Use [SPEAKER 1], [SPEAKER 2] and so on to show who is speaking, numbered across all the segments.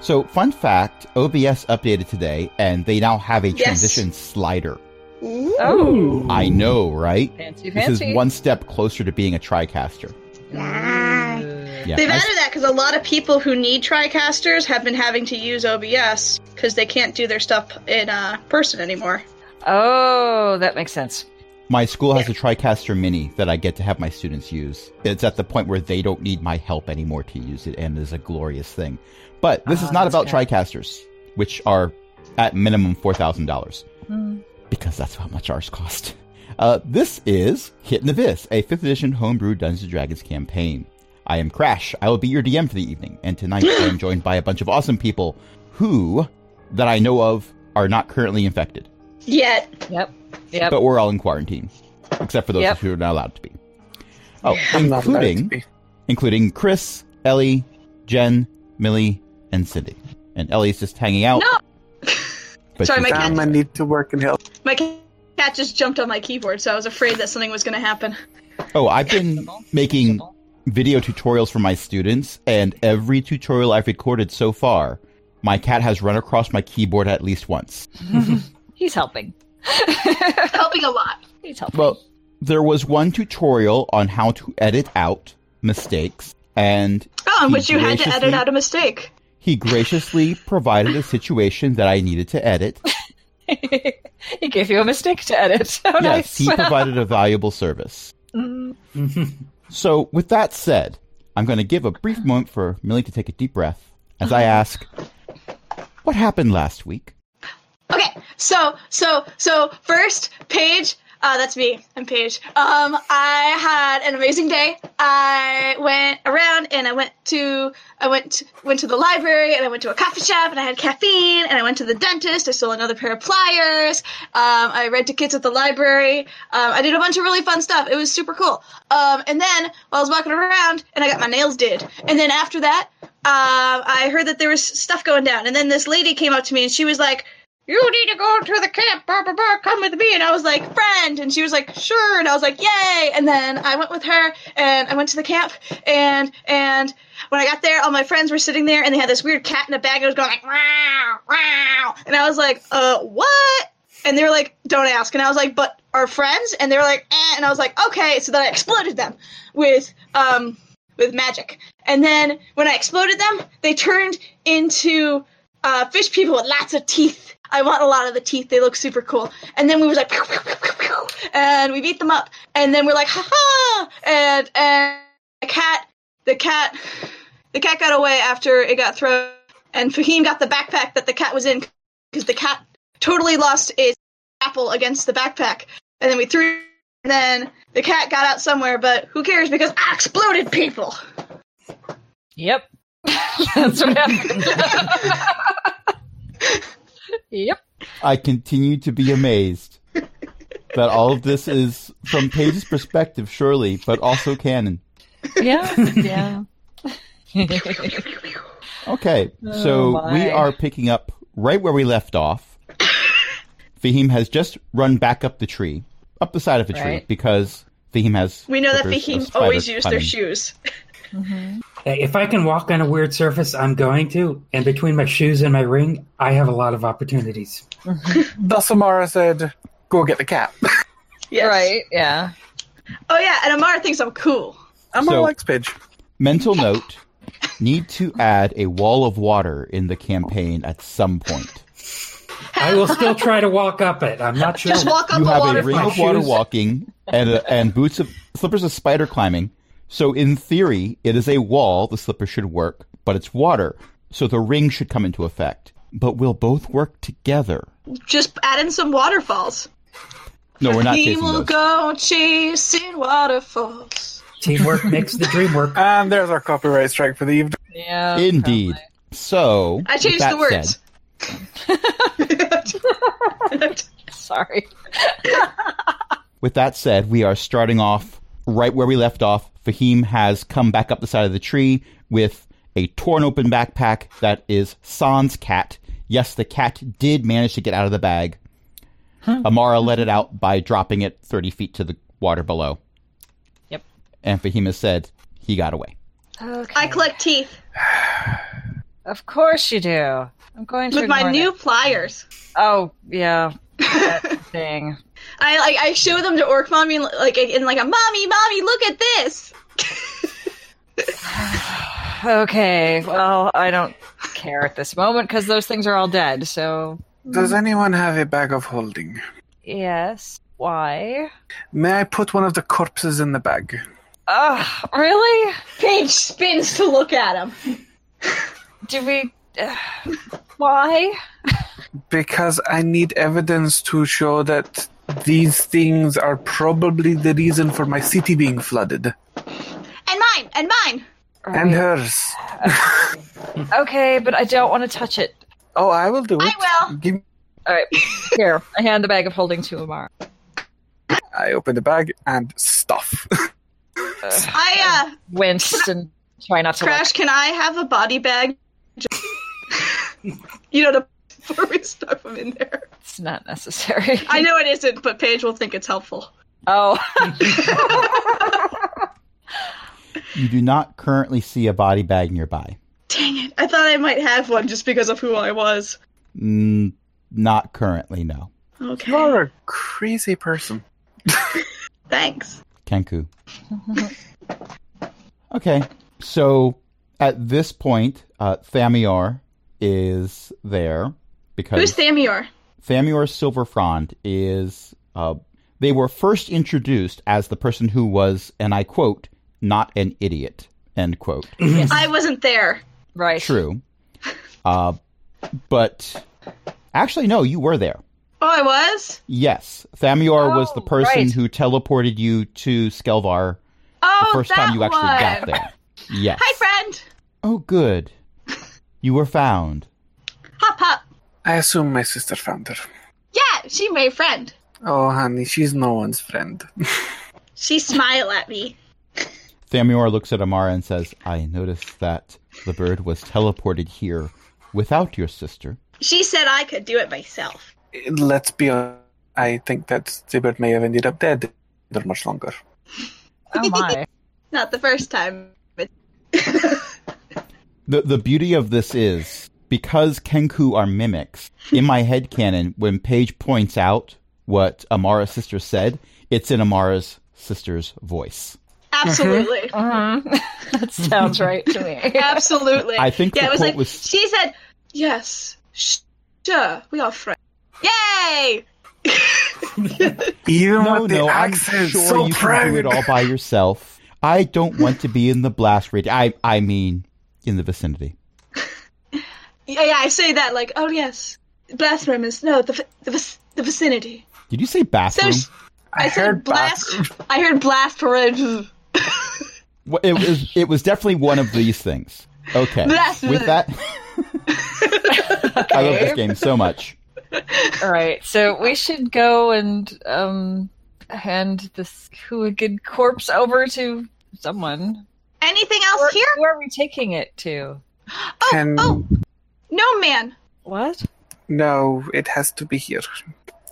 [SPEAKER 1] So, fun fact OBS updated today, and they now have a
[SPEAKER 2] Yes.
[SPEAKER 1] transition slider.
[SPEAKER 2] Oh.
[SPEAKER 1] I know, right?
[SPEAKER 3] Fancy,
[SPEAKER 1] This
[SPEAKER 3] fancy.
[SPEAKER 1] is one step closer to being a tricaster. Yeah,
[SPEAKER 2] They've
[SPEAKER 1] I-
[SPEAKER 2] added that because a lot of people who need TriCasters have been having to use OBS because they can't do their stuff in uh, person anymore.
[SPEAKER 3] Oh, that makes sense.
[SPEAKER 1] my school has a TriCaster Mini that I get to have my students use. It's at the point where they don't need my help anymore to use it, and it is a glorious thing. But this
[SPEAKER 3] Ah,
[SPEAKER 2] Oh,
[SPEAKER 1] is not
[SPEAKER 3] that's
[SPEAKER 1] about
[SPEAKER 3] good.
[SPEAKER 1] TriCasters, which are at minimum $4,000.
[SPEAKER 3] Hmm.
[SPEAKER 1] because that's how much ours cost. Uh, this is Hit in the Abyss, a 5th edition homebrew Dungeons & Dragons campaign. I am Crash. I will be your DM for the evening, and tonight I am joined by a bunch of awesome people who, that I know of, are not currently infected,
[SPEAKER 2] Yet,
[SPEAKER 3] Yep. Yep.
[SPEAKER 1] but we're all in quarantine, except for those
[SPEAKER 3] Yep.
[SPEAKER 1] who are not allowed to be. Oh,
[SPEAKER 4] I'm not allowed to
[SPEAKER 1] including
[SPEAKER 4] be.
[SPEAKER 1] including Chris, Ellie, Jen, Millie, and Cindy. And Ellie's just hanging out.
[SPEAKER 2] No.
[SPEAKER 1] But
[SPEAKER 2] Sorry,
[SPEAKER 1] she's-
[SPEAKER 2] my cat-
[SPEAKER 4] Damn, I need to work and help.
[SPEAKER 2] my cat just jumped on my keyboard, so I was afraid that something was going to happen.
[SPEAKER 1] Oh, I've been making video tutorials for my students, and every tutorial I've recorded so far, my cat has run across my keyboard at least once.
[SPEAKER 3] He's helping.
[SPEAKER 2] Helping a lot.
[SPEAKER 3] He's helping.
[SPEAKER 1] Well, there was one tutorial on how to edit out mistakes, and
[SPEAKER 2] Oh, in
[SPEAKER 1] He
[SPEAKER 2] which you had to edit
[SPEAKER 1] graciously-
[SPEAKER 2] out a mistake.
[SPEAKER 1] he graciously provided a situation that I needed to edit.
[SPEAKER 3] he gave you a mistake to edit. Oh,
[SPEAKER 1] yes,
[SPEAKER 3] nice.
[SPEAKER 1] he provided a valuable service.
[SPEAKER 3] Mm.
[SPEAKER 1] So, with that said, I'm going to give a brief moment for Millie to take a deep breath as I ask, What happened last week?
[SPEAKER 2] Okay, so so so first, Paige. Uh, that's me. I'm Paige. Um, I had an amazing day. I went around and I went to I went went to the library and I went to a coffee shop and I had caffeine and I went to the dentist. I stole another pair of pliers. Um, I read to kids at the library. Um, I did a bunch of really fun stuff. It was super cool. Um, and then I was walking around and I got my nails did. And then after that, uh, I heard that there was stuff going down. And then this lady came up to me and she was like you need to go to the camp, blah, blah, blah, come with me. And I was like, friend. And she was like, sure. And I was like, yay. And then I went with her and I went to the camp. And, and when I got there, all my friends were sitting there and they had this weird cat in a bag. And it was going like, wow, wow. And I was like, uh, what? And they were like, don't ask. And I was like, but our friends? And they were like, eh. And I was like, okay. So then I exploded them with, um, with magic. And then when I exploded them, they turned into uh, fish people with lots of teeth. I want a lot of the teeth. They look super cool. And then we was like, pew, pew, pew, pew, pew, and we beat them up. And then we're like, ha ha! And and the cat, the cat, the cat got away after it got thrown. And Fahim got the backpack that the cat was in because the cat totally lost its apple against the backpack. And then we threw. And then the cat got out somewhere, but who cares? Because I exploded people.
[SPEAKER 3] Yep. That's what happened. yep.
[SPEAKER 1] I continue to be amazed that all of this is from Paige's perspective, surely, but also canon.
[SPEAKER 3] Yeah. Yeah.
[SPEAKER 1] Okay, so
[SPEAKER 3] Oh,
[SPEAKER 1] we
[SPEAKER 3] my.
[SPEAKER 1] are picking up right where we left off. Fahim has just run back up the tree, up the side of a tree,
[SPEAKER 3] Right.
[SPEAKER 1] because Fahim has.
[SPEAKER 2] We know that
[SPEAKER 1] clippers of
[SPEAKER 2] Fahim
[SPEAKER 1] spider
[SPEAKER 2] always used their
[SPEAKER 1] climbing.
[SPEAKER 2] shoes.
[SPEAKER 5] Hey, if I can walk on a weird surface, I'm going to. And between my shoes and my ring, I have a lot of opportunities.
[SPEAKER 4] Thus, Amara said, go get the cat.
[SPEAKER 2] Yes.
[SPEAKER 3] Right. Yeah.
[SPEAKER 2] Oh yeah, and Amara thinks I'm cool.
[SPEAKER 4] Amara
[SPEAKER 1] So-
[SPEAKER 4] likes Pidge.
[SPEAKER 1] Mental note: need to add a wall of water in the campaign at some point.
[SPEAKER 5] I will still try to walk up it. I'm not sure.
[SPEAKER 2] Just walk up
[SPEAKER 1] you
[SPEAKER 2] the
[SPEAKER 1] have a ring
[SPEAKER 2] waterfall.
[SPEAKER 1] of water
[SPEAKER 5] Shoes.
[SPEAKER 1] walking and a, and boots of slippers of spider climbing. So in theory, it is a wall. The slipper should work, but it's water, so the ring should come into effect. But we'll both work together.
[SPEAKER 2] Just add in some waterfalls.
[SPEAKER 1] No, we're not
[SPEAKER 2] he
[SPEAKER 1] chasing
[SPEAKER 2] will
[SPEAKER 1] those.
[SPEAKER 2] go chasing waterfalls.
[SPEAKER 5] Teamwork makes the dream work.
[SPEAKER 4] And there's our copyright strike for the evening.
[SPEAKER 3] Yeah.
[SPEAKER 1] Indeed. So
[SPEAKER 2] I
[SPEAKER 1] with
[SPEAKER 2] changed
[SPEAKER 1] that
[SPEAKER 2] the words.
[SPEAKER 1] said-
[SPEAKER 3] Sorry.
[SPEAKER 1] with that said, we are starting off right where we left off. Fahim has come back up the side of the tree with a torn open backpack that is San's cat. Yes, the cat did manage to get out of the bag. Amara let it out by dropping it 30 feet to the water below.
[SPEAKER 3] Yep.
[SPEAKER 1] And Fahim has said he got away.
[SPEAKER 3] Okay.
[SPEAKER 2] I collect teeth.
[SPEAKER 3] Of course you do. I'm going to
[SPEAKER 2] with my
[SPEAKER 3] ignore
[SPEAKER 2] new
[SPEAKER 3] that.
[SPEAKER 2] pliers.
[SPEAKER 3] Oh yeah, that thing.
[SPEAKER 2] I like I show them to Orc Mommy and, like in like a mommy, mommy, look at this.
[SPEAKER 3] Okay, well I don't care at this moment because those things are all dead. So
[SPEAKER 4] Does anyone have a bag of holding?
[SPEAKER 3] yes, why?
[SPEAKER 4] May I put one of the corpses in the bag?
[SPEAKER 3] Ugh, really?
[SPEAKER 2] Paige spins to look at him.
[SPEAKER 3] Do we? Uh, why?
[SPEAKER 4] Because I need evidence to show that these things are probably the reason for my city being flooded.
[SPEAKER 2] And mine, and mine.
[SPEAKER 4] And hers.
[SPEAKER 3] Okay, but I don't want to touch it.
[SPEAKER 4] Oh, I will do it.
[SPEAKER 2] I will.
[SPEAKER 4] Give-
[SPEAKER 3] All right, here. I hand the bag of holding to Amar.
[SPEAKER 4] I open the bag and stuff.
[SPEAKER 2] I uh
[SPEAKER 3] Wince and try not to look.
[SPEAKER 2] Crash, can I have a body bag? Just- you know, to, before we stuff them in there.
[SPEAKER 3] It's not necessary.
[SPEAKER 2] I know it isn't, but Paige will think it's helpful.
[SPEAKER 3] Oh,
[SPEAKER 1] You do not currently see a body bag nearby.
[SPEAKER 2] Dang it! I thought I might have one just because of who I was.
[SPEAKER 1] Mm, not currently, no.
[SPEAKER 2] Okay.
[SPEAKER 4] You're a crazy person.
[SPEAKER 2] Thanks.
[SPEAKER 1] Kenku. okay, so at this point, uh, Thamior is there
[SPEAKER 2] Who's
[SPEAKER 1] because
[SPEAKER 2] Thamior?
[SPEAKER 1] Thamior Silverfrond is. Uh, they were first introduced as the person who was, and I quote, not an idiot, end quote.
[SPEAKER 2] I wasn't there.
[SPEAKER 3] right.
[SPEAKER 1] True. Uh, but actually, no, you were there.
[SPEAKER 2] Oh, I was.
[SPEAKER 1] Yes, Thamior was the
[SPEAKER 3] Oh,
[SPEAKER 1] person
[SPEAKER 3] right.
[SPEAKER 1] who teleported you to Skelvar
[SPEAKER 2] Oh,
[SPEAKER 1] the first
[SPEAKER 2] that
[SPEAKER 1] time you actually
[SPEAKER 2] one.
[SPEAKER 1] got there. Yes.
[SPEAKER 2] Hi, friend.
[SPEAKER 1] Oh, good. You were found.
[SPEAKER 2] Hop, hop.
[SPEAKER 4] I assume my sister found her.
[SPEAKER 2] Yeah, she made friend.
[SPEAKER 4] Oh, honey, she's no one's friend.
[SPEAKER 2] She smiled at me.
[SPEAKER 1] Thamior looks at Amara and says, I noticed that the bird was teleported here without your sister.
[SPEAKER 2] She said I could do it myself.
[SPEAKER 4] Let's be honest. I think that the bird may have ended up dead for much longer.
[SPEAKER 3] Oh my.
[SPEAKER 2] Not the first time. But
[SPEAKER 1] The, the beauty of this is because Kenku are mimics, in my head canon, when Paige points out what Amara's sister said, it's in Amara's sister's voice.
[SPEAKER 2] absolutely.
[SPEAKER 3] Mm-hmm. That sounds right to me.
[SPEAKER 2] Absolutely.
[SPEAKER 1] I think
[SPEAKER 2] yeah,
[SPEAKER 1] the
[SPEAKER 2] it was
[SPEAKER 1] quote
[SPEAKER 2] like
[SPEAKER 1] was-
[SPEAKER 2] she said, "Yes, sh- sure, we are friends." Yay!
[SPEAKER 4] Even
[SPEAKER 1] No,
[SPEAKER 4] with the
[SPEAKER 1] no, I'm
[SPEAKER 4] accent,
[SPEAKER 1] sure
[SPEAKER 4] so
[SPEAKER 1] you
[SPEAKER 4] proud.
[SPEAKER 1] can do it all by yourself. I don't want to be in the blast radius. I, I mean, in the vicinity.
[SPEAKER 2] Yeah, yeah, I say that like, "Oh yes, bathroom is no the vi- the, vic- the vicinity."
[SPEAKER 1] Did you say
[SPEAKER 2] So
[SPEAKER 1] bathroom?
[SPEAKER 2] sh- I, said
[SPEAKER 4] heard
[SPEAKER 2] blast. I heard blast parade.
[SPEAKER 1] Well, it was it was definitely one of these things. Okay.
[SPEAKER 2] That's
[SPEAKER 1] With
[SPEAKER 2] it.
[SPEAKER 1] that I love this game so much.
[SPEAKER 3] All right, so we should go and um, hand this hooligan corpse over to someone.
[SPEAKER 2] Anything else
[SPEAKER 3] Where,
[SPEAKER 2] here?
[SPEAKER 3] where are we taking it to?
[SPEAKER 2] Oh,
[SPEAKER 4] Can-
[SPEAKER 2] oh, no, man.
[SPEAKER 3] What?
[SPEAKER 4] No, it has to be here.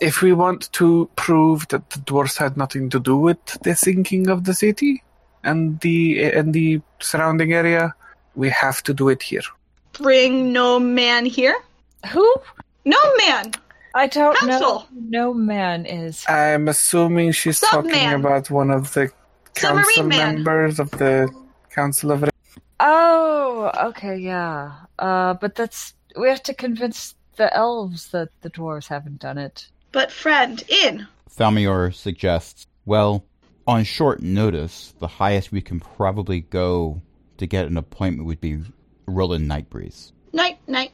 [SPEAKER 4] If we want to prove that the dwarves had nothing to do with the sinking of the city and the and the surrounding area, we have to do it here.
[SPEAKER 2] Bring no man here.
[SPEAKER 3] Who?
[SPEAKER 2] No man.
[SPEAKER 3] I don't know.
[SPEAKER 2] Council.
[SPEAKER 3] who No man is.
[SPEAKER 4] I'm assuming she's talking
[SPEAKER 2] Subman.
[SPEAKER 4] about one of the
[SPEAKER 2] Submarine
[SPEAKER 4] council
[SPEAKER 2] man.
[SPEAKER 4] members of the council of.
[SPEAKER 3] Oh, okay, yeah. Uh, but that's we have to convince the elves that the dwarves haven't done it.
[SPEAKER 2] But friend, in.
[SPEAKER 1] Thalmior suggests, well, on short notice, the highest we can probably go to get an appointment would be Roland Nightbreeze.
[SPEAKER 2] Night, night.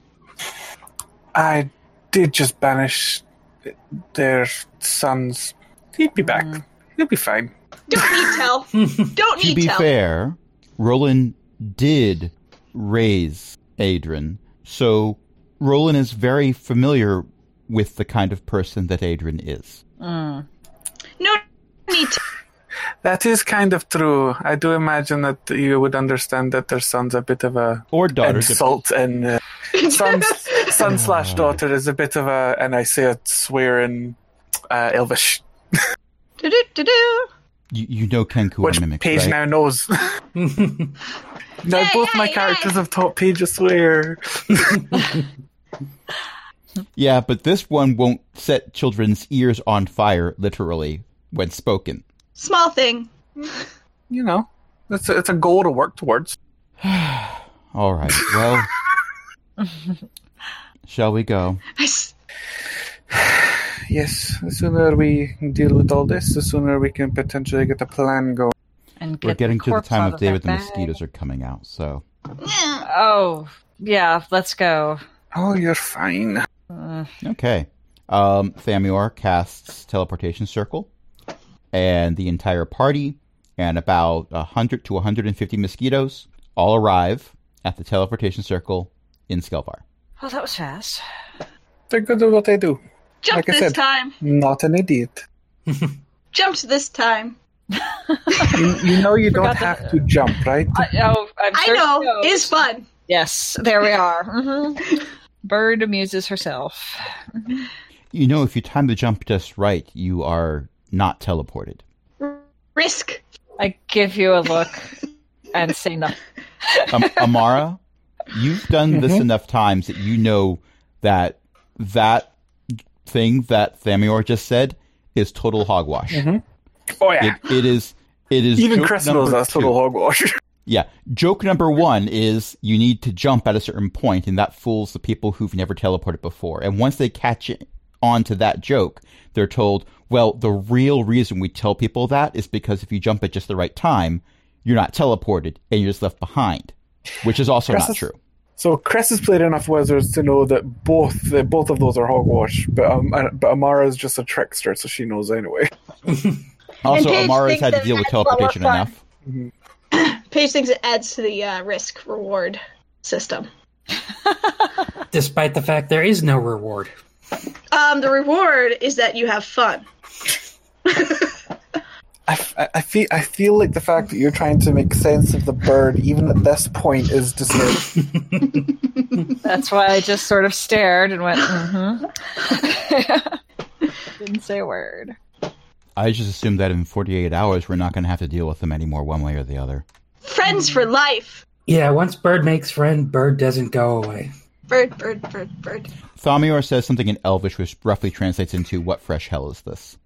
[SPEAKER 4] I did just banish their sons. Mm. He'd be back. He'll be fine.
[SPEAKER 2] Don't need tell. Don't
[SPEAKER 1] To
[SPEAKER 2] need
[SPEAKER 1] be
[SPEAKER 2] tell.
[SPEAKER 1] fair, Roland did raise Adrian, so Roland is very familiar with the kind of person that Adrian is.
[SPEAKER 3] Mm,
[SPEAKER 2] No need tell.
[SPEAKER 4] That is kind of true. I do imagine that you would understand that their son's a bit of a
[SPEAKER 1] Or daughter. dep-
[SPEAKER 4] insult and uh, son, son slash daughter is a bit of a, and I say it swearing uh, Elvish,
[SPEAKER 2] Do, do, do, do.
[SPEAKER 1] You, you know Kenku are
[SPEAKER 4] which
[SPEAKER 1] mimics,
[SPEAKER 4] Paige
[SPEAKER 1] right?
[SPEAKER 4] now knows. Now
[SPEAKER 2] Yay,
[SPEAKER 4] both my
[SPEAKER 2] yay,
[SPEAKER 4] characters have taught Paige a swear.
[SPEAKER 1] Yeah, but this one won't set children's ears on fire, literally, when spoken.
[SPEAKER 2] Small thing.
[SPEAKER 4] You know, it's a, it's a goal to work towards.
[SPEAKER 1] All right, well, shall we go?
[SPEAKER 2] I s-
[SPEAKER 4] Yes, the sooner we deal with all this, the sooner we can potentially get a plan going.
[SPEAKER 3] And get
[SPEAKER 1] We're getting
[SPEAKER 3] the
[SPEAKER 1] to the
[SPEAKER 3] corpse
[SPEAKER 1] time
[SPEAKER 3] out
[SPEAKER 1] of day
[SPEAKER 3] their
[SPEAKER 1] when the
[SPEAKER 3] bag.
[SPEAKER 1] mosquitoes are coming out, so.
[SPEAKER 2] Yeah.
[SPEAKER 3] Oh, yeah, let's go.
[SPEAKER 4] Oh, you're fine.
[SPEAKER 3] Uh,
[SPEAKER 1] Okay. Um, Thamior casts teleportation circle, and the entire party and about 100 to 150 mosquitoes all arrive at the teleportation circle in Skelvar.
[SPEAKER 3] oh, that was fast.
[SPEAKER 4] They're good at what they do.
[SPEAKER 2] Jump
[SPEAKER 4] Like I
[SPEAKER 2] this
[SPEAKER 4] said.
[SPEAKER 2] time.
[SPEAKER 4] Not an idiot.
[SPEAKER 2] Jumped this time.
[SPEAKER 4] You, you know you don't
[SPEAKER 3] Forgot that-
[SPEAKER 4] have to jump, right?
[SPEAKER 3] I, oh, I'm
[SPEAKER 2] I
[SPEAKER 3] sure she
[SPEAKER 2] know.
[SPEAKER 3] knows.
[SPEAKER 2] It's fun.
[SPEAKER 3] Yes, there we are. hmm Bird amuses herself.
[SPEAKER 1] You know, if you time the jump just right, you are not teleported.
[SPEAKER 2] Risk.
[SPEAKER 3] I give you a look and say nothing.
[SPEAKER 1] Um, Amara, you've done this
[SPEAKER 4] Mhm.
[SPEAKER 1] enough times that you know that that thing that Thamior just said is total hogwash.
[SPEAKER 4] Mhm. Oh yeah.
[SPEAKER 1] It, it is. It is.
[SPEAKER 4] Even
[SPEAKER 1] joke
[SPEAKER 4] Crest
[SPEAKER 1] number
[SPEAKER 4] knows that's
[SPEAKER 1] two.
[SPEAKER 4] total hogwash.
[SPEAKER 1] Yeah. Joke number one is you need to jump at a certain point, and that fools the people who've never teleported before. And once they catch it- on to that joke, they're told, well, the real reason we tell people that is because if you jump at just the right time, you're not teleported and you're just left behind, which is also
[SPEAKER 4] Crest
[SPEAKER 1] not
[SPEAKER 4] is-
[SPEAKER 1] true.
[SPEAKER 4] So Cress has played enough wizards to know that both that both of those are hogwash, but um, uh, but Amara is just a trickster, so she knows anyway.
[SPEAKER 1] Also,
[SPEAKER 2] Paige
[SPEAKER 1] Amara's
[SPEAKER 2] thinks
[SPEAKER 1] had to
[SPEAKER 2] that
[SPEAKER 1] deal with
[SPEAKER 2] that's a lot more
[SPEAKER 1] teleportation
[SPEAKER 2] fun.
[SPEAKER 1] enough.
[SPEAKER 2] Paige thinks it adds to the uh, risk reward system.
[SPEAKER 5] Despite the fact there is no reward.
[SPEAKER 2] Um, the reward is that you have fun.
[SPEAKER 4] I, f- I- I feel I feel like the fact that you're trying to make sense of the bird, even at this point, is disturbing.
[SPEAKER 3] That's why I just sort of stared and went, mm-hmm. Didn't say a word.
[SPEAKER 1] I just assumed that in 48 hours, we're not going to have to deal with them anymore, one way or the other.
[SPEAKER 2] Friends
[SPEAKER 5] Mm.
[SPEAKER 2] for life.
[SPEAKER 5] Yeah, once Bird makes friend, Bird doesn't go away.
[SPEAKER 2] Bird, bird, bird, bird.
[SPEAKER 1] Thamior says something in Elvish, which roughly translates into "What fresh hell is this?"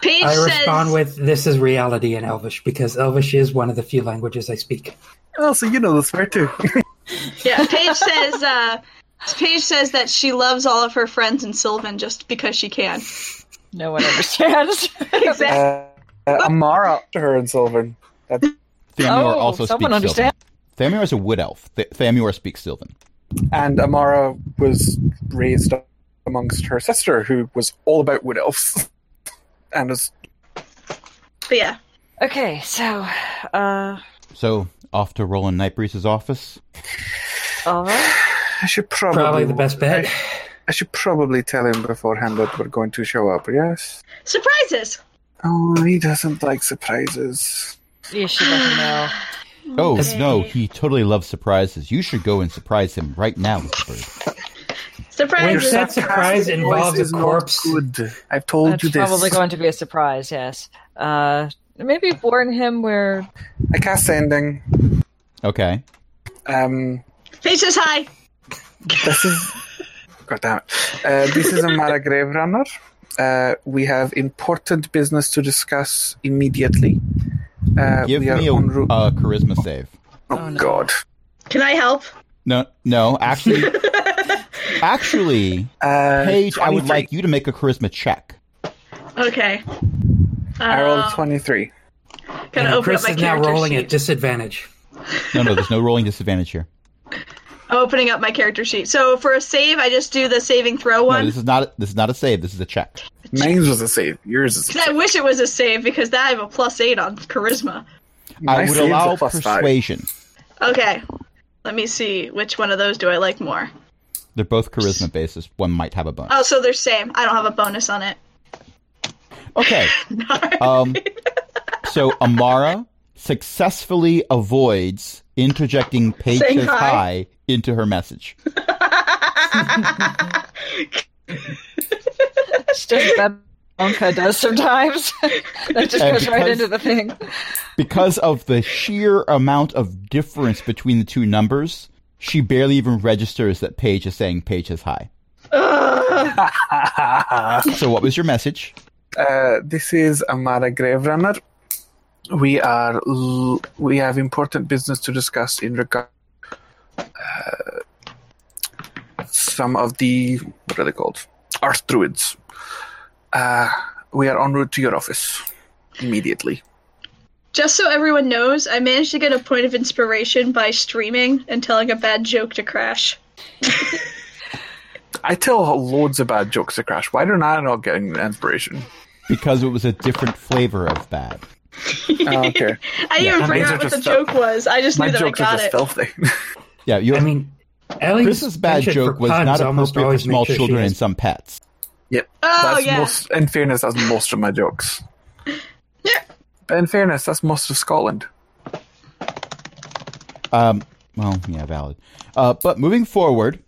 [SPEAKER 2] Paige
[SPEAKER 5] I
[SPEAKER 2] says,
[SPEAKER 5] respond with, This is reality in Elvish, because Elvish is one of the few languages I speak.
[SPEAKER 4] And also, you know this bird too.
[SPEAKER 2] "Yeah." Paige says, uh, Paige says that she loves all of her friends in Sylvan just because she can.
[SPEAKER 3] No one understands.
[SPEAKER 4] Uh,
[SPEAKER 2] Exactly.
[SPEAKER 4] uh, Amara to her in Sylvan. That,
[SPEAKER 1] Thamior
[SPEAKER 3] Oh,
[SPEAKER 1] also
[SPEAKER 3] someone
[SPEAKER 1] speaks Sylvan. Thamior is a wood elf. Th- Thamior speaks Sylvan.
[SPEAKER 4] and Amara was raised amongst her sister, who was all about wood elves, and is
[SPEAKER 2] But yeah,
[SPEAKER 3] okay, so, uh,
[SPEAKER 1] So off to Roland Nightbreeze's office.
[SPEAKER 3] all right.
[SPEAKER 4] I should probably
[SPEAKER 5] Probably the best bet.
[SPEAKER 4] I should probably tell him beforehand that we're going to show up. Yes.
[SPEAKER 2] surprises.
[SPEAKER 4] Oh, he doesn't like surprises.
[SPEAKER 3] You should let me know.
[SPEAKER 1] Oh no, he totally loves surprises. You should go and surprise him right now, Whispers.
[SPEAKER 5] Your
[SPEAKER 2] Surprises.
[SPEAKER 5] that surprise
[SPEAKER 4] Sarcastic
[SPEAKER 5] involves
[SPEAKER 4] voice
[SPEAKER 5] a
[SPEAKER 4] is not
[SPEAKER 5] corpse.
[SPEAKER 4] Good. I've told
[SPEAKER 3] That's
[SPEAKER 4] you this.
[SPEAKER 3] probably going to be a surprise, yes. Uh, maybe warn him where.
[SPEAKER 4] I cast sending.
[SPEAKER 1] Okay.
[SPEAKER 4] Um,
[SPEAKER 2] Paige says hi.
[SPEAKER 4] this is. God damn it. Uh, this is Amara Graverunner. Uh, we have important business to discuss immediately. Uh,
[SPEAKER 1] Give
[SPEAKER 4] we are
[SPEAKER 1] me a
[SPEAKER 4] en route.
[SPEAKER 1] uh, charisma save.
[SPEAKER 4] oh,
[SPEAKER 3] no.
[SPEAKER 4] God.
[SPEAKER 2] Can I help?
[SPEAKER 1] No, no. Actually, actually,
[SPEAKER 4] Uh,
[SPEAKER 1] Paige, I would
[SPEAKER 4] 23.
[SPEAKER 1] like you to make a charisma check.
[SPEAKER 2] Okay.
[SPEAKER 4] I rolled
[SPEAKER 2] Um,
[SPEAKER 4] 23.
[SPEAKER 2] Gonna
[SPEAKER 5] And
[SPEAKER 2] open
[SPEAKER 5] Chris
[SPEAKER 2] up my
[SPEAKER 5] is now
[SPEAKER 2] character
[SPEAKER 5] rolling
[SPEAKER 2] sheet.
[SPEAKER 5] at disadvantage.
[SPEAKER 1] No, no. There's no rolling disadvantage here.
[SPEAKER 2] Opening up my character sheet. So for a save, I just do the saving throw
[SPEAKER 1] No,
[SPEAKER 2] one.
[SPEAKER 1] this is not. This is not a save. This is a check.
[SPEAKER 4] Mine was a save. Yours is a
[SPEAKER 2] 'Cause I wish it was a save because that I have a plus eight on charisma.
[SPEAKER 1] I
[SPEAKER 4] My
[SPEAKER 1] would
[SPEAKER 4] save's a
[SPEAKER 1] allow
[SPEAKER 4] plus five.
[SPEAKER 1] persuasion.
[SPEAKER 2] Okay. Let me see which one of those do I like more.
[SPEAKER 1] They're both charisma bases. One might have a bonus.
[SPEAKER 2] Oh, so they're same. I don't have a bonus on it.
[SPEAKER 1] Okay. um, so Amara successfully avoids interjecting Paige
[SPEAKER 2] Saying
[SPEAKER 1] says
[SPEAKER 2] hi.
[SPEAKER 1] hi into her message.
[SPEAKER 3] She does it better Wonka does sometimes. that just
[SPEAKER 1] And
[SPEAKER 3] goes right
[SPEAKER 1] because-
[SPEAKER 3] into the thing.
[SPEAKER 1] because of the sheer amount of difference between the two numbers, she barely even registers that Paige is saying Paige is high.
[SPEAKER 2] Ugh.
[SPEAKER 1] So, what was your message?
[SPEAKER 4] Uh, this is Amara Graverunner. We are l- we have important business to discuss in regard uh, some of the what are they called? Earth druids. Uh, we are en route to your office immediately.
[SPEAKER 2] Just so everyone knows, I managed to get a point of inspiration by streaming and telling a bad joke to Crash.
[SPEAKER 4] I tell loads of bad jokes to Crash. Why don't I not getting the inspiration?
[SPEAKER 1] Because it was a different flavor of bad.
[SPEAKER 4] Oh, okay,
[SPEAKER 2] I didn't even
[SPEAKER 4] mine
[SPEAKER 2] figure
[SPEAKER 4] are
[SPEAKER 2] out what the
[SPEAKER 4] just
[SPEAKER 2] joke was. I just
[SPEAKER 4] my
[SPEAKER 2] knew that I
[SPEAKER 4] jokes are
[SPEAKER 2] got
[SPEAKER 4] just
[SPEAKER 2] it.
[SPEAKER 4] filthy.
[SPEAKER 1] Yeah, your
[SPEAKER 5] I mean, Ellie's
[SPEAKER 1] Chris's bad
[SPEAKER 5] penchant
[SPEAKER 1] joke
[SPEAKER 5] for
[SPEAKER 1] was
[SPEAKER 5] puns
[SPEAKER 1] not
[SPEAKER 5] almost
[SPEAKER 1] appropriate for
[SPEAKER 5] always
[SPEAKER 1] small
[SPEAKER 5] makes sure she
[SPEAKER 1] children
[SPEAKER 5] is-
[SPEAKER 1] and some pets.
[SPEAKER 4] Yep.
[SPEAKER 2] Oh,
[SPEAKER 4] that's
[SPEAKER 2] yeah.
[SPEAKER 4] most in fairness, that's most of my jokes.
[SPEAKER 2] Yeah.
[SPEAKER 4] But in fairness, that's most of Scotland.
[SPEAKER 1] Um, well, yeah, valid. Uh, but moving forward,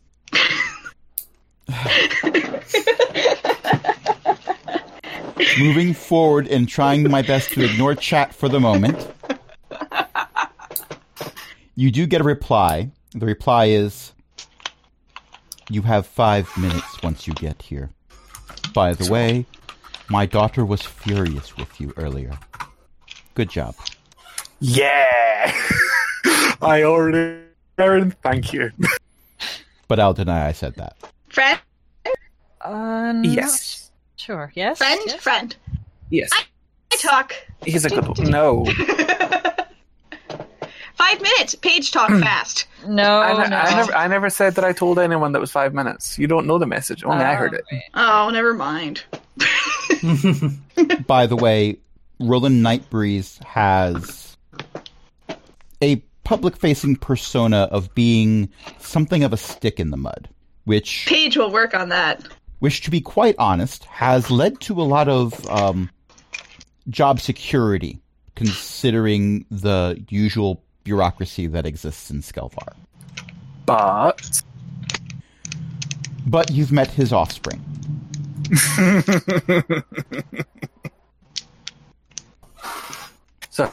[SPEAKER 1] moving forward and trying my best to ignore chat for the moment, you do get a reply. The reply is, "You have five minutes once you get here." By the way, my daughter was furious with you earlier. Good job.
[SPEAKER 4] Yeah. I already Aaron, thank you.
[SPEAKER 1] But I'll deny I said that.
[SPEAKER 2] Friend,
[SPEAKER 3] Um,
[SPEAKER 4] Yes.
[SPEAKER 3] Sure. Yes.
[SPEAKER 2] friend,
[SPEAKER 3] yes.
[SPEAKER 2] friend.
[SPEAKER 4] Yes.
[SPEAKER 2] I talk.
[SPEAKER 4] He's a good one. No.
[SPEAKER 2] Five minutes. Page talk fast.
[SPEAKER 3] No.
[SPEAKER 4] I, ne-
[SPEAKER 3] no.
[SPEAKER 4] I never, I never said that I told anyone that was five minutes. You don't know the message. Only I heard it.
[SPEAKER 2] Oh, never mind.
[SPEAKER 1] by the way, Roland Nightbreeze has a public facing persona of being something of a stick in the mud, which,
[SPEAKER 2] Paige will work on that.
[SPEAKER 1] which to be quite honest, has led to a lot of um, job security, considering the usual bureaucracy that exists in Skelvar.
[SPEAKER 4] But
[SPEAKER 1] But you've met his offspring.
[SPEAKER 4] so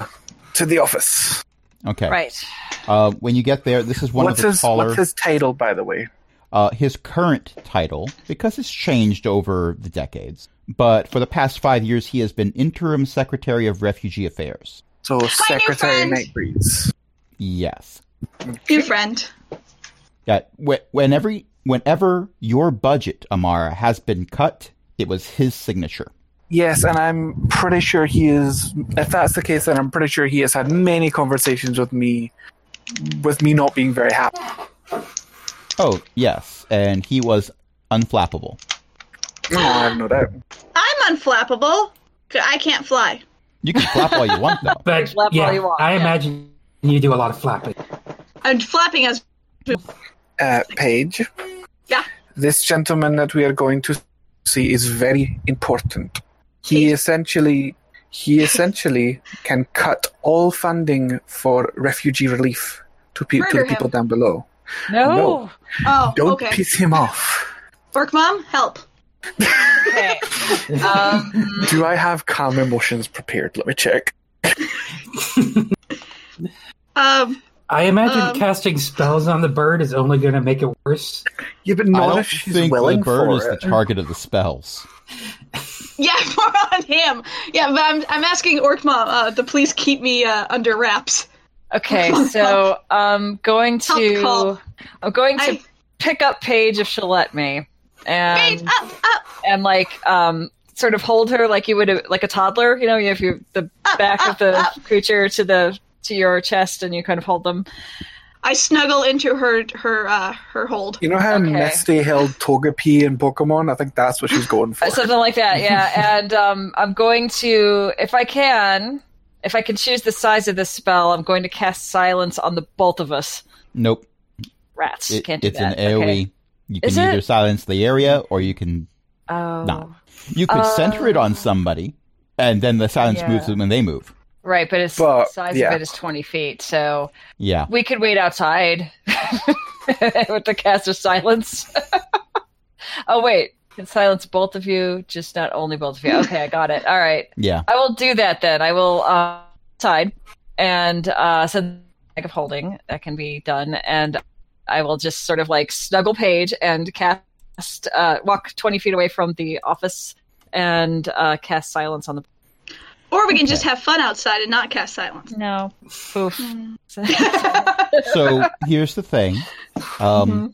[SPEAKER 4] to the office.
[SPEAKER 1] Okay.
[SPEAKER 3] Right.
[SPEAKER 1] Uh, when you get there, this is one
[SPEAKER 4] what's
[SPEAKER 1] of the
[SPEAKER 4] his
[SPEAKER 1] taller.
[SPEAKER 4] what's his title, by the way?
[SPEAKER 1] uh, his current title because it's changed over the decades. But for the past five years, he has been interim secretary of refugee affairs.
[SPEAKER 4] So Secretary
[SPEAKER 2] friend.
[SPEAKER 4] Nightbreeze.
[SPEAKER 1] Yes,
[SPEAKER 2] New friend.
[SPEAKER 1] yeah. wh- Whenever whenever your budget, Amara, has been cut, it was his signature.
[SPEAKER 4] Yes, and I'm pretty sure he is. If that's the case, then I'm pretty sure he has had many conversations with me, with me not being very happy.
[SPEAKER 1] Oh yes, and he was unflappable.
[SPEAKER 4] No, I have no doubt.
[SPEAKER 2] I'm unflappable. I can't fly.
[SPEAKER 1] You can flap all you want though.
[SPEAKER 5] But
[SPEAKER 3] Flap all
[SPEAKER 5] yeah,
[SPEAKER 3] you want,
[SPEAKER 5] I
[SPEAKER 3] yeah.
[SPEAKER 5] imagine you do a lot of flapping.
[SPEAKER 2] I'm flapping as
[SPEAKER 4] Uh, Paige.
[SPEAKER 2] Yeah.
[SPEAKER 4] This gentleman that we are going to see is very important. He
[SPEAKER 2] Paige.
[SPEAKER 4] essentially, he essentially can cut all funding for refugee relief to, pe- to
[SPEAKER 2] Murder
[SPEAKER 4] the
[SPEAKER 2] him.
[SPEAKER 4] people down below.
[SPEAKER 3] No.
[SPEAKER 4] No.
[SPEAKER 2] Oh,
[SPEAKER 4] Don't
[SPEAKER 2] okay.
[SPEAKER 4] piss him off.
[SPEAKER 2] Work mom, help.
[SPEAKER 3] Okay. Um,
[SPEAKER 2] Mm.
[SPEAKER 4] Do I have calm emotions prepared? Let me check.
[SPEAKER 2] Um,
[SPEAKER 5] I imagine
[SPEAKER 2] Um,
[SPEAKER 5] casting spells on the bird is only going to make it worse.
[SPEAKER 4] Yeah, but
[SPEAKER 1] I
[SPEAKER 4] not
[SPEAKER 1] don't
[SPEAKER 4] if she's
[SPEAKER 1] think
[SPEAKER 4] willing
[SPEAKER 1] the bird
[SPEAKER 4] for
[SPEAKER 1] is
[SPEAKER 4] it.
[SPEAKER 1] the target of the spells.
[SPEAKER 2] yeah, more on him. Yeah, but I'm, I'm asking Orc Mom uh, to please keep me uh, under wraps.
[SPEAKER 3] okay. So I'm going
[SPEAKER 2] Help call.
[SPEAKER 3] to. I'm going to
[SPEAKER 2] I-
[SPEAKER 3] pick up Paige if she'll let me, and
[SPEAKER 2] Paige, up, up,
[SPEAKER 3] and like um sort of hold her like you would a, like a toddler. You know, you have your the
[SPEAKER 2] up,
[SPEAKER 3] back
[SPEAKER 2] up,
[SPEAKER 3] of the
[SPEAKER 2] up.
[SPEAKER 3] creature to the to your chest, and you kind of hold them.
[SPEAKER 2] I snuggle into her her uh, her hold.
[SPEAKER 4] You know how
[SPEAKER 3] Okay.
[SPEAKER 4] Nesty held Togepi in Pokemon? I think that's what she's going for.
[SPEAKER 3] Uh, something like that yeah and um, i'm going to if i can if i can choose the size of this spell i'm going to cast silence on the both of us
[SPEAKER 1] Nope,
[SPEAKER 3] rats
[SPEAKER 1] it-
[SPEAKER 3] can't do
[SPEAKER 1] it's
[SPEAKER 3] that
[SPEAKER 1] an AOE.
[SPEAKER 3] Okay.
[SPEAKER 1] You can
[SPEAKER 3] Is it?
[SPEAKER 1] either silence the area or you can
[SPEAKER 3] oh
[SPEAKER 1] No. you could center it
[SPEAKER 3] Uh,
[SPEAKER 1] on somebody, and then the silence
[SPEAKER 3] yeah.
[SPEAKER 1] moves them when they move.
[SPEAKER 3] right but it's
[SPEAKER 4] But,
[SPEAKER 3] the size
[SPEAKER 4] yeah.
[SPEAKER 3] of it is 20 feet so
[SPEAKER 1] Yeah.
[SPEAKER 3] we could wait outside with the cast of silence oh wait Can silence both of you, just not only both of you. Okay, I got it. All right.
[SPEAKER 1] Yeah.
[SPEAKER 3] I will do that then. I will uh, side and uh, send the bag of holding that can be done, and I will just sort of like snuggle Page and cast uh, walk twenty feet away from the office and uh, cast silence on the.
[SPEAKER 2] Or we can just have fun outside and not cast silence.
[SPEAKER 3] No. Oof.
[SPEAKER 2] Hmm.
[SPEAKER 1] So here's the thing. Um,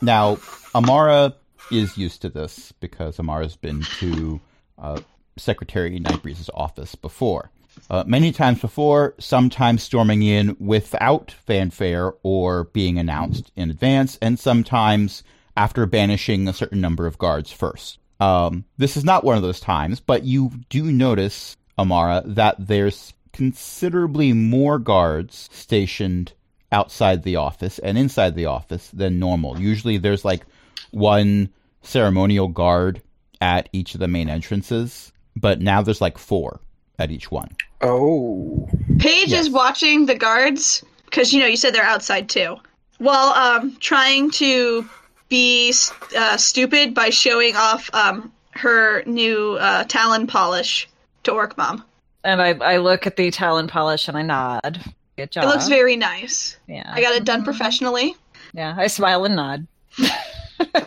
[SPEAKER 1] Now, Amara is used to this because Amara's been to uh, Secretary Nightbreeze's office before. Uh, many times before, sometimes storming in without fanfare or being announced in advance, and sometimes after banishing a certain number of guards first. Um, this is not one of those times, but you do notice, Amara, that there's considerably more guards stationed outside the office and inside the office than normal. Usually there's like one ceremonial guard at each of the main entrances, but now there's like four at each one.
[SPEAKER 4] Oh.
[SPEAKER 2] Paige is watching the guards because you know you said they're outside too, while um, trying to be uh, stupid by showing off um, her new uh, talon polish to Orc Mom.
[SPEAKER 3] and I, I look at the talon polish and I nod. Good job.
[SPEAKER 2] It looks very nice.
[SPEAKER 3] Yeah.
[SPEAKER 2] I got it done professionally,
[SPEAKER 3] yeah. I smile and nod.
[SPEAKER 2] but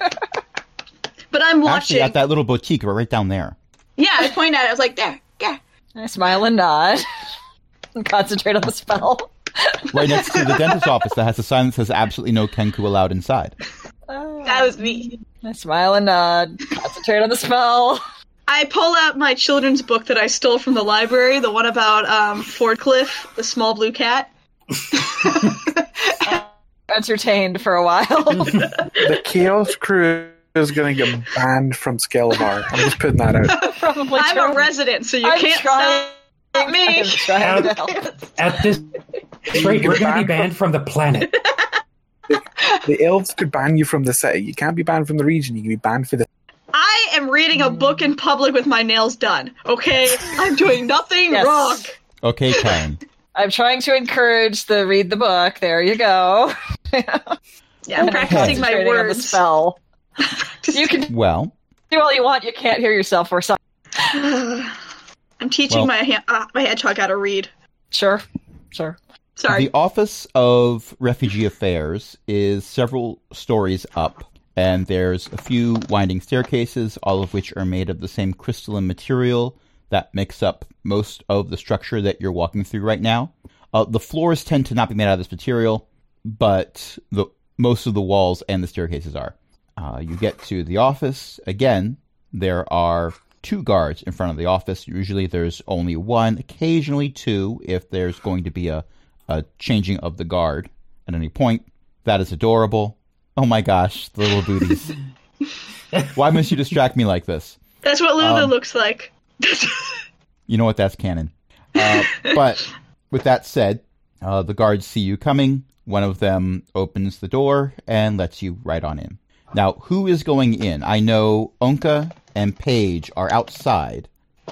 [SPEAKER 2] I'm watching.
[SPEAKER 1] Actually, at that little boutique right down there.
[SPEAKER 2] yeah, I point at it. I was like, there, yeah.
[SPEAKER 3] I smile and nod. and concentrate on the spell.
[SPEAKER 1] Right next to the dentist's office that has a sign that says absolutely no Kenku allowed inside.
[SPEAKER 2] That was me.
[SPEAKER 3] I smile and nod. Concentrate on the spell.
[SPEAKER 2] I pull out my children's book that I stole from the library, the one about um, Fordcliffe, the small blue cat.
[SPEAKER 3] Entertained for a while.
[SPEAKER 4] The chaos crew is going to get banned from Skelvar. I'm just putting that out.
[SPEAKER 3] Probably.
[SPEAKER 2] I'm a resident, so you
[SPEAKER 3] I'm
[SPEAKER 2] can't
[SPEAKER 3] trying.
[SPEAKER 2] stop me.
[SPEAKER 3] I'm trying to help.
[SPEAKER 5] At this rate, we're going to be banned from the planet.
[SPEAKER 4] The elves could ban you from the city. You can't be banned from the region. You can be banned for the.
[SPEAKER 2] I am reading a book in public with my nails done. Okay, I'm doing nothing
[SPEAKER 3] Yes.
[SPEAKER 2] wrong.
[SPEAKER 1] Okay, Kang.
[SPEAKER 3] I'm trying to encourage the read the book. There you go.
[SPEAKER 2] Yeah, I'm practicing my
[SPEAKER 3] Concentrating on the
[SPEAKER 2] words.
[SPEAKER 3] spell.
[SPEAKER 2] Just-
[SPEAKER 3] You can
[SPEAKER 1] Well,
[SPEAKER 3] do all you want. You can't hear yourself or something.
[SPEAKER 2] I'm teaching
[SPEAKER 1] Well-
[SPEAKER 2] my ha- uh, my hedgehog how to read.
[SPEAKER 3] Sure. Sure.
[SPEAKER 2] Sorry.
[SPEAKER 1] The Office of Refugee Affairs is several stories up, and there's a few winding staircases, all of which are made of the same crystalline material that makes up most of the structure that you're walking through right now. Uh, the floors tend to not be made out of this material, but the most of the walls and the staircases are. Uh, you get to the office. Again, there are two guards in front of the office. Usually there's only one, occasionally two, if there's going to be a, a changing of the guard at any point. That is adorable. Oh my gosh, the little booties. Why must you distract me like this?
[SPEAKER 2] That's what Lulu
[SPEAKER 1] um,
[SPEAKER 2] looks like.
[SPEAKER 1] You know what? That's canon. Uh, but with that said, uh, the guards see you coming. One of them opens the door and lets you right on in. Now, who is going in? I know Onka and Paige are outside,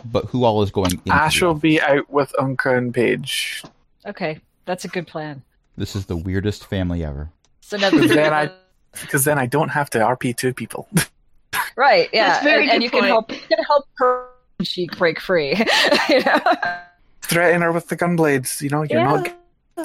[SPEAKER 1] but who all is going in?
[SPEAKER 4] Ash will be out with Unka and Paige.
[SPEAKER 3] Okay. That's a good plan.
[SPEAKER 1] This is the weirdest family ever.
[SPEAKER 3] It's another
[SPEAKER 4] Then I- Because then I don't have to RP two people.
[SPEAKER 3] Right. Yeah.
[SPEAKER 2] That's very
[SPEAKER 3] and, and
[SPEAKER 2] good
[SPEAKER 3] you
[SPEAKER 2] point.
[SPEAKER 3] can help. You can help her. when She break free. you know?
[SPEAKER 4] Threaten her with the gun blades. You know, you're not. Mm-hmm.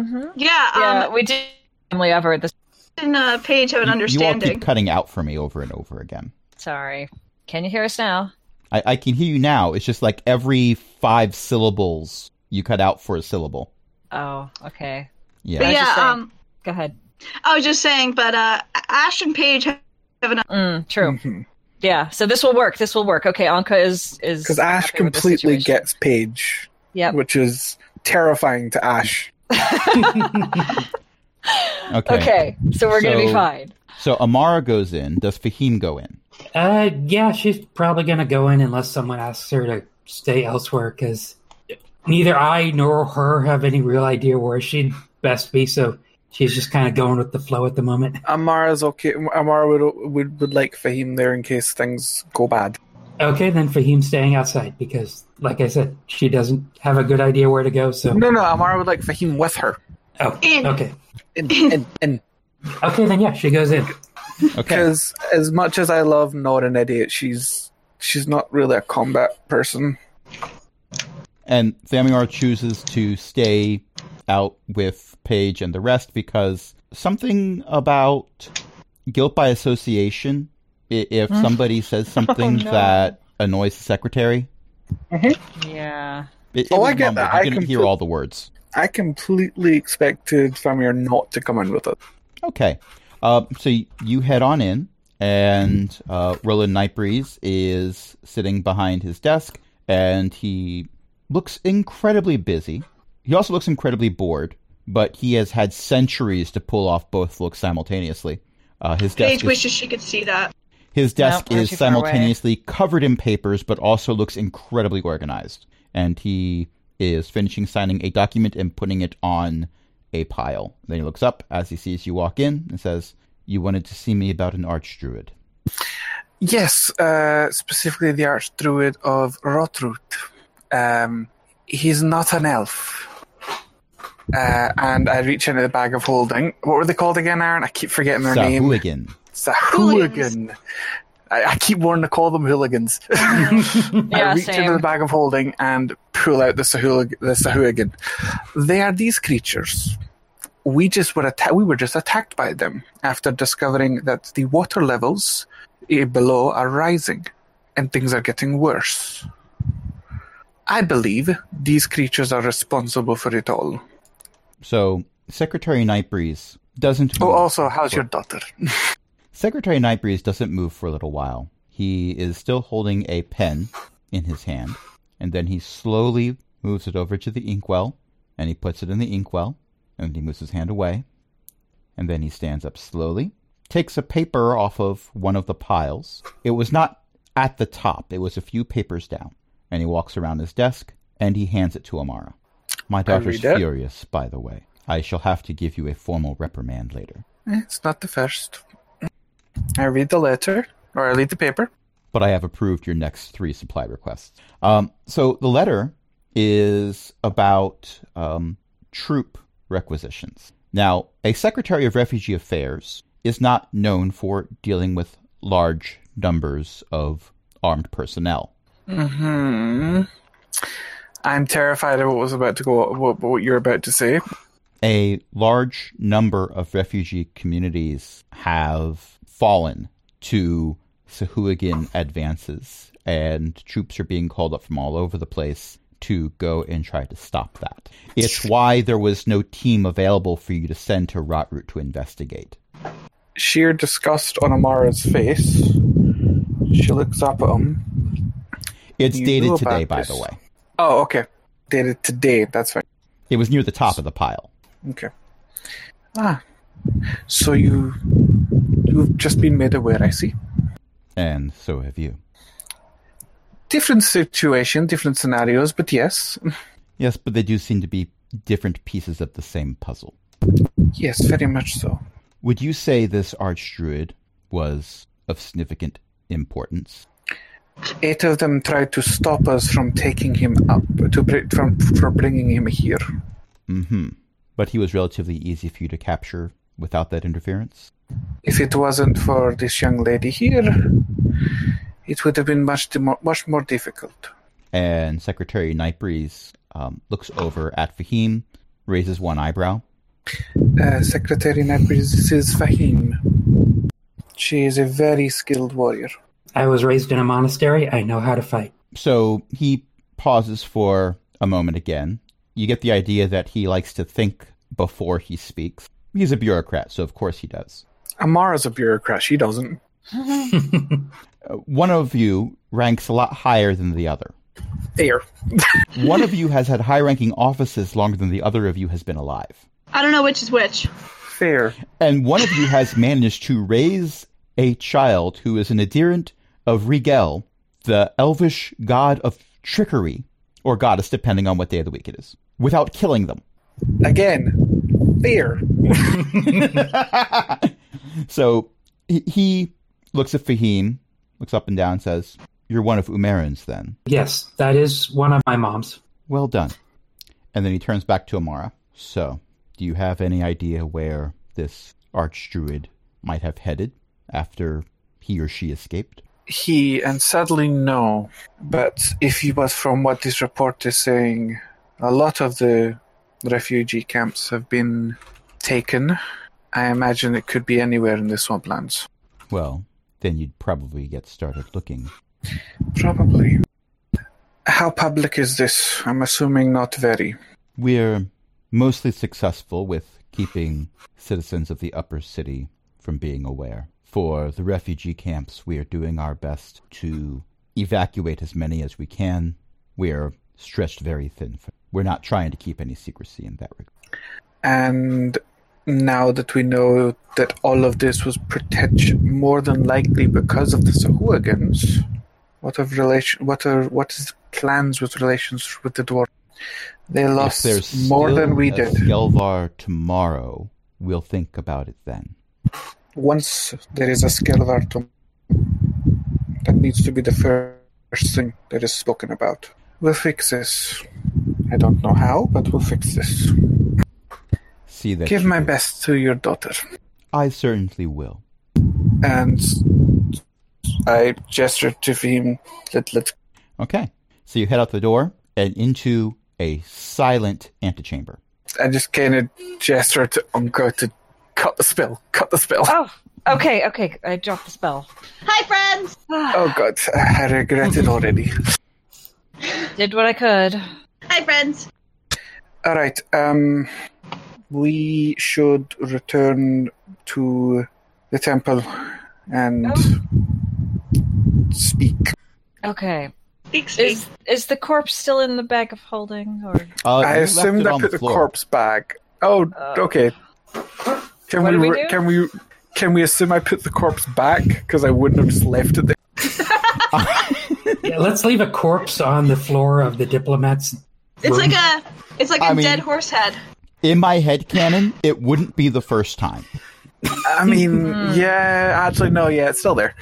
[SPEAKER 3] hmm
[SPEAKER 2] Yeah,
[SPEAKER 3] Yeah.
[SPEAKER 2] um,
[SPEAKER 3] we did. Family ever. This.
[SPEAKER 2] and, uh, Paige have an
[SPEAKER 1] You- You all
[SPEAKER 2] understanding.
[SPEAKER 1] keep cutting out for me over and over again.
[SPEAKER 3] Sorry. Can you hear us now?
[SPEAKER 1] I, I can hear you now. It's just like every five syllables, you cut out for a syllable.
[SPEAKER 3] Oh. Okay.
[SPEAKER 1] Yeah.
[SPEAKER 2] but
[SPEAKER 3] I was
[SPEAKER 2] yeah,
[SPEAKER 3] just saying.
[SPEAKER 2] um,
[SPEAKER 3] Go ahead.
[SPEAKER 2] I was just saying, but uh, Ash and Paige have an
[SPEAKER 3] Mm, true.
[SPEAKER 4] Mhm.
[SPEAKER 3] Yeah. So this will work. This will work. Okay. Anka is is
[SPEAKER 4] Because Ash
[SPEAKER 3] happy with the
[SPEAKER 4] completely
[SPEAKER 3] situation.
[SPEAKER 4] gets Paige,
[SPEAKER 3] Yep.
[SPEAKER 4] which is terrifying to Ash.
[SPEAKER 1] Okay.
[SPEAKER 3] Okay. So we're gonna be
[SPEAKER 1] So-
[SPEAKER 3] fine.
[SPEAKER 1] So Amara goes in. Does Fahim go in?
[SPEAKER 5] Uh, yeah, she's probably going to go in unless someone asks her to stay elsewhere because neither I nor her have any real idea where she'd best be. So she's just kind of going with the flow at the moment.
[SPEAKER 4] Amara's okay. Amara would, would would like Fahim there in case things go bad.
[SPEAKER 5] Okay, then Fahim's staying outside because, like I said, she doesn't have a good idea where to go. So
[SPEAKER 4] No, no, Amara would like Fahim with her.
[SPEAKER 5] oh,
[SPEAKER 2] In.
[SPEAKER 5] okay,
[SPEAKER 4] In, in, in.
[SPEAKER 5] okay, then yeah, she goes in.
[SPEAKER 1] Okay.
[SPEAKER 4] Because as much as I love Nora an idiot, she's she's not really a combat person.
[SPEAKER 1] And Thamiar chooses to stay out with Paige and the rest because something about guilt by association. i- If somebody says something
[SPEAKER 3] Hmm. Oh, no.
[SPEAKER 1] that annoys the secretary,
[SPEAKER 3] Yeah.
[SPEAKER 1] it, it
[SPEAKER 4] Oh,
[SPEAKER 1] was
[SPEAKER 4] I get
[SPEAKER 1] mumbled.
[SPEAKER 4] that.
[SPEAKER 1] You
[SPEAKER 4] I
[SPEAKER 1] didn't hear
[SPEAKER 4] complete-
[SPEAKER 1] all the words.
[SPEAKER 4] I completely expected Famir not to come in with it.
[SPEAKER 1] Okay. Uh, so y- you head on in, and uh, Roland Nightbreeze is sitting behind his desk, and he looks incredibly busy. He also looks incredibly bored, but he has had centuries to pull off both looks simultaneously. Uh, his desk
[SPEAKER 2] Paige
[SPEAKER 1] is,
[SPEAKER 2] wishes she could see that.
[SPEAKER 1] his desk
[SPEAKER 3] No, we're
[SPEAKER 1] is
[SPEAKER 3] too far away.
[SPEAKER 1] simultaneously covered in papers, but also looks incredibly organized. And he is finishing signing a document and putting it on a pile. Then he looks up as he sees you walk in and says, "You wanted to see me about an archdruid."
[SPEAKER 4] Yes, uh, specifically the Archdruid of Rotrut. Um, he's not an elf. Uh, and I reach into the bag of holding. What were they called again, Aaron? I keep forgetting their name.
[SPEAKER 1] Sahuagin.
[SPEAKER 4] It's a hooligan. I, I keep wanting to call them hooligans.
[SPEAKER 3] Yeah,
[SPEAKER 4] I reach
[SPEAKER 3] same.
[SPEAKER 4] into the bag of holding and pull out the Sahulig- the Sahuagin. They are these creatures. We just were atta- we were just attacked by them after discovering that the water levels eh, below are rising and things are getting worse. I believe these creatures are responsible for it all.
[SPEAKER 1] So Secretary Nightbreeze doesn't.
[SPEAKER 4] Oh,
[SPEAKER 1] move.
[SPEAKER 4] also, how's your daughter?
[SPEAKER 1] Secretary Nightbreeze doesn't move for a little while. He is still holding a pen in his hand, and then he slowly moves it over to the inkwell, and he puts it in the inkwell, and he moves his hand away, and then he stands up slowly, takes a paper off of one of the piles. It was not at the top, it was a few papers down, and he walks around his desk, and he hands it to Amara. My daughter's
[SPEAKER 4] read it.
[SPEAKER 1] furious, by the way. I shall have to give you a formal reprimand later.
[SPEAKER 4] Eh, It's not the first. I read the letter, or I read the paper.
[SPEAKER 1] but I have approved your next three supply requests. Um, so the letter is about um, troop requisitions. Now, a Secretary of Refugee Affairs is not known for dealing with large numbers of armed personnel.
[SPEAKER 4] Hmm. I'm terrified of what was about to go. What, what you're about to say.
[SPEAKER 1] a large number of refugee communities have fallen to Sahuagin advances, and troops are being called up from all over the place to go and try to stop that. It's why there was no team available for you to send to Rotroot to investigate.
[SPEAKER 4] Sheer disgust on Amara's face. She looks up at him.
[SPEAKER 1] It's
[SPEAKER 4] You knew
[SPEAKER 1] dated
[SPEAKER 4] about
[SPEAKER 1] today, by
[SPEAKER 4] this.
[SPEAKER 1] the way.
[SPEAKER 4] Oh, okay. Did it today. That's fine.
[SPEAKER 1] It was near the top of the pile.
[SPEAKER 4] Okay. Ah. So you, you've just been made aware. I see.
[SPEAKER 1] And so have you.
[SPEAKER 4] Different situation, different scenarios, but yes,
[SPEAKER 1] Yes, but they do seem to be different pieces of the same puzzle.
[SPEAKER 4] yes, very much so.
[SPEAKER 1] Would you say this archdruid was of significant importance?
[SPEAKER 4] Eight of them tried to stop us from taking him up, to br- from for bringing him here.
[SPEAKER 1] hmm But he was relatively easy for you to capture without that interference?
[SPEAKER 4] If it wasn't for this young lady here, it would have been much de- much more difficult.
[SPEAKER 1] And Secretary Nightbreeze um, looks over at Fahim, raises one eyebrow.
[SPEAKER 4] Uh, Secretary Nightbreeze, this is Fahim. She is a very skilled warrior.
[SPEAKER 5] I was raised in a monastery. I know how to fight.
[SPEAKER 1] So he pauses for a moment again. You get the idea that he likes to think before he speaks. He's a bureaucrat, so of course he does.
[SPEAKER 4] Amara's a bureaucrat. She doesn't.
[SPEAKER 1] Uh, one of you ranks a lot higher than the other.
[SPEAKER 4] There.
[SPEAKER 1] One of you has had high ranking offices longer than the other of you has been alive.
[SPEAKER 2] I don't know which is which.
[SPEAKER 4] Fair.
[SPEAKER 1] and one of you has managed to raise a child who is an adherent of Rigel, the elvish god of trickery, or goddess, depending on what day of the week it is, without killing them.
[SPEAKER 4] Again. Fair.
[SPEAKER 1] So he, he looks at Fahim, looks up and down, and says, You're one of Umarin's then.
[SPEAKER 5] Yes, that is one of my mom's.
[SPEAKER 1] Well done. And then he turns back to Amara. So, do you have any idea where this archdruid might have headed? after he or she escaped?
[SPEAKER 4] He, and sadly, no. But if you, but from what this report is saying, a lot of the refugee camps have been taken. I imagine it could be anywhere in the swamplands.
[SPEAKER 1] Well, then you'd probably get started looking.
[SPEAKER 4] Probably. How public is this? I'm assuming not very.
[SPEAKER 1] We're mostly successful with keeping citizens of the upper city from being aware. For the refugee camps, we are doing our best to evacuate as many as we can. We're stretched very thin. We're not trying to keep any secrecy in that regard.
[SPEAKER 4] And now that we know that all of this was pretentious, more than likely because of the Sahuagins, what of relation? What are what is the plans with relations with the dwarf? They
[SPEAKER 1] If
[SPEAKER 4] lost
[SPEAKER 1] there's
[SPEAKER 4] more
[SPEAKER 1] still
[SPEAKER 4] than we
[SPEAKER 1] a
[SPEAKER 4] did.
[SPEAKER 1] Skelvar tomorrow, we'll think about it then.
[SPEAKER 4] Once there is a Skelvartum, that needs to be the first thing that is spoken about. We'll fix this. I don't know how, but we'll fix this.
[SPEAKER 1] See that.
[SPEAKER 4] Give
[SPEAKER 1] you
[SPEAKER 4] my
[SPEAKER 1] do.
[SPEAKER 4] best to your daughter.
[SPEAKER 1] I certainly will.
[SPEAKER 4] And I gestured to him that let's
[SPEAKER 1] Okay. So you head out the door and into a silent antechamber.
[SPEAKER 4] I just kind of gesture to Unko to cut the spell, cut the spell.
[SPEAKER 3] Oh, okay, okay. I dropped the spell.
[SPEAKER 2] Hi, friends.
[SPEAKER 4] Oh god, I regret it already.
[SPEAKER 3] Did what I could.
[SPEAKER 2] Hi, friends.
[SPEAKER 4] All right, um, we should return to the temple and
[SPEAKER 3] Oh.
[SPEAKER 4] speak.
[SPEAKER 3] Okay.
[SPEAKER 2] Speak, speak.
[SPEAKER 3] Is is the corpse still in the bag of holding or
[SPEAKER 1] Uh,
[SPEAKER 4] I
[SPEAKER 1] you left
[SPEAKER 4] assume
[SPEAKER 1] it
[SPEAKER 4] that
[SPEAKER 1] on
[SPEAKER 4] put
[SPEAKER 1] the
[SPEAKER 4] the
[SPEAKER 1] floor.
[SPEAKER 4] corpse back. Oh,
[SPEAKER 3] Uh,
[SPEAKER 4] okay. Can
[SPEAKER 3] what
[SPEAKER 4] we,
[SPEAKER 3] do we
[SPEAKER 4] re-
[SPEAKER 3] do?
[SPEAKER 4] can we can we assume I put the corpse back because I wouldn't have just left it there?
[SPEAKER 5] Yeah, let's leave a corpse on the floor of the diplomats.
[SPEAKER 2] it's like a it's like a
[SPEAKER 1] I mean-
[SPEAKER 2] dead horse head.
[SPEAKER 1] In my head canon, it wouldn't be the first time.
[SPEAKER 4] I mean,
[SPEAKER 3] Hmm.
[SPEAKER 4] yeah, actually, no, yeah, it's still there.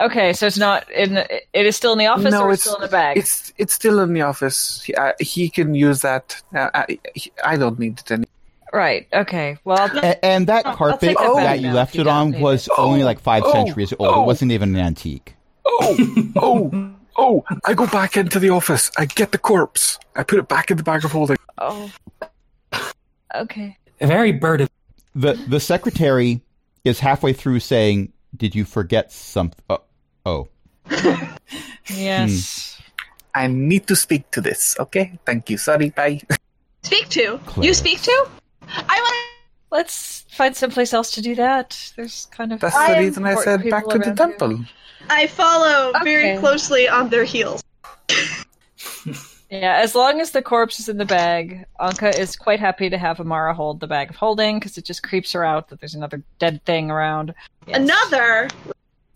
[SPEAKER 3] Okay, so it's not in the, it is still in the office
[SPEAKER 4] No,
[SPEAKER 3] or
[SPEAKER 4] it's-
[SPEAKER 3] it's still in the bag.
[SPEAKER 4] It's it's still in the office. He, uh, he can use that. Uh, I, he- I don't need it anymore.
[SPEAKER 3] Right. Okay. Well,
[SPEAKER 1] A- and that carpet
[SPEAKER 3] take that
[SPEAKER 1] that,
[SPEAKER 4] back
[SPEAKER 1] you
[SPEAKER 3] now,
[SPEAKER 1] left
[SPEAKER 3] if you
[SPEAKER 1] it
[SPEAKER 3] don't
[SPEAKER 1] on
[SPEAKER 3] need
[SPEAKER 1] was only like five
[SPEAKER 4] oh,
[SPEAKER 1] centuries old.
[SPEAKER 4] oh.
[SPEAKER 1] It wasn't even an antique.
[SPEAKER 4] Oh, oh, oh! I go back into the office. I get the corpse. I put it back in the bag of holding.
[SPEAKER 3] oh. Okay.
[SPEAKER 5] A very bird of
[SPEAKER 1] The the secretary is halfway through saying, "Did you forget something?" Oh, oh, Hmm.
[SPEAKER 3] Yes.
[SPEAKER 4] I need to speak to this. Okay, thank you. Sorry, bye.
[SPEAKER 2] Speak to you.
[SPEAKER 1] Claire.
[SPEAKER 2] Speak to. I want.
[SPEAKER 3] Let's find someplace else to do that. There's kind of
[SPEAKER 4] That's
[SPEAKER 2] I
[SPEAKER 4] the
[SPEAKER 2] am
[SPEAKER 4] reason I
[SPEAKER 3] important
[SPEAKER 4] said back
[SPEAKER 3] people
[SPEAKER 4] to the
[SPEAKER 3] around here.
[SPEAKER 4] temple.
[SPEAKER 2] I follow very
[SPEAKER 3] Okay.
[SPEAKER 2] closely on their heels.
[SPEAKER 3] yeah. As long as the corpse is in the bag, Anka is quite happy to have Amara hold the bag of holding because it just creeps her out that there's another dead thing around. Yes.
[SPEAKER 2] Another.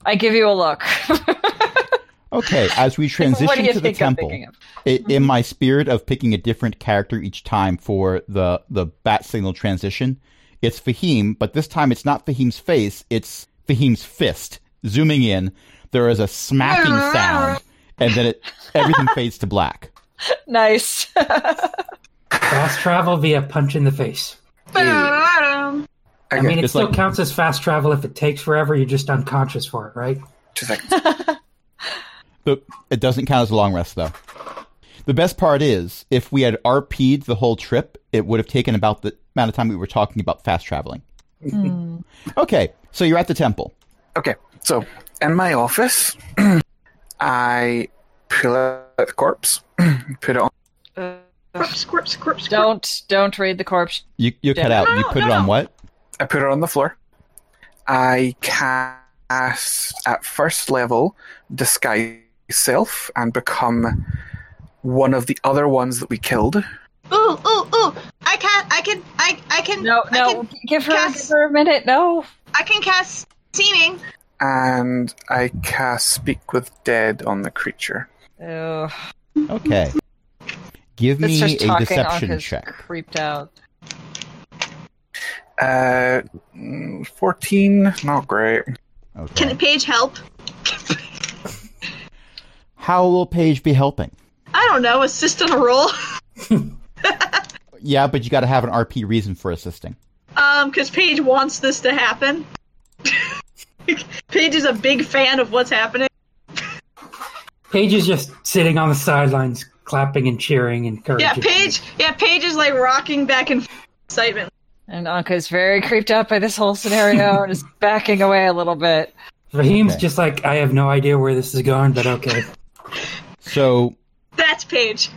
[SPEAKER 3] I give you a look.
[SPEAKER 1] okay. As we
[SPEAKER 3] what do
[SPEAKER 1] transition
[SPEAKER 3] you
[SPEAKER 1] to the
[SPEAKER 3] think I'm
[SPEAKER 1] temple,
[SPEAKER 3] thinking of?
[SPEAKER 1] i-
[SPEAKER 2] Mm-hmm.
[SPEAKER 1] in my spirit of picking a different character each time for the the bat signal transition, it's Fahim, but this time it's not Fahim's face; it's Fahim's fist. Zooming in, there is a smacking sound, and then it everything fades to black.
[SPEAKER 3] Nice.
[SPEAKER 5] fast travel via punch in the face.
[SPEAKER 2] Ba-da-da-dum.
[SPEAKER 5] I mean, it
[SPEAKER 1] It's
[SPEAKER 5] still
[SPEAKER 1] like-
[SPEAKER 5] counts as fast travel if it takes forever. You're just unconscious for it, right?
[SPEAKER 4] Two seconds.
[SPEAKER 1] But it doesn't count as a long rest, though. The best part is, if we had RP'd the whole trip, it would have taken about the amount of time we were talking about fast traveling.
[SPEAKER 2] Hmm.
[SPEAKER 1] Okay, so you're at the temple.
[SPEAKER 4] Okay, so in my office, I pull out the corpse, put it on.
[SPEAKER 3] Uh,
[SPEAKER 2] Corpse, corpse, corpse, corpse.
[SPEAKER 3] don't don't read the corpse.
[SPEAKER 1] You you cut
[SPEAKER 3] Yeah.
[SPEAKER 1] out.
[SPEAKER 2] No,
[SPEAKER 1] you
[SPEAKER 2] no,
[SPEAKER 1] put
[SPEAKER 2] no,
[SPEAKER 1] it on
[SPEAKER 2] no.
[SPEAKER 1] what?
[SPEAKER 4] I put it on the floor. I cast at first level disguise self and become one of the other ones that we killed.
[SPEAKER 2] Ooh, ooh, ooh! I can, I can, I, I can,
[SPEAKER 3] No,
[SPEAKER 2] I
[SPEAKER 3] no.
[SPEAKER 2] can,
[SPEAKER 3] give her
[SPEAKER 2] cast-
[SPEAKER 3] give her a minute. No.
[SPEAKER 2] I can cast seeming.
[SPEAKER 4] And I cast speak with dead on the creature.
[SPEAKER 3] Oh,
[SPEAKER 1] Okay. Give
[SPEAKER 3] it's
[SPEAKER 1] me
[SPEAKER 3] just
[SPEAKER 1] a
[SPEAKER 3] talking.
[SPEAKER 1] deception
[SPEAKER 3] Anka's
[SPEAKER 1] check.
[SPEAKER 3] creeped out.
[SPEAKER 4] Uh, mm, 14, not great.
[SPEAKER 1] Okay.
[SPEAKER 2] Can Paige help?
[SPEAKER 1] How will Paige be helping?
[SPEAKER 2] I don't know. Assist on a roll.
[SPEAKER 1] Yeah, but you got to have an RP reason for assisting.
[SPEAKER 2] Um, because Paige wants this to happen. Paige is a big fan of what's happening.
[SPEAKER 5] Paige is just sitting on the sidelines, clapping and cheering and encouraging.
[SPEAKER 2] Yeah, Paige. Yeah, Paige is like rocking back in excitement.
[SPEAKER 3] And Anka's very creeped out by this whole scenario and is backing away a little bit.
[SPEAKER 5] Raheem's
[SPEAKER 1] Okay.
[SPEAKER 5] just like, I have no idea where this is going, but okay.
[SPEAKER 1] So
[SPEAKER 2] That's Paige.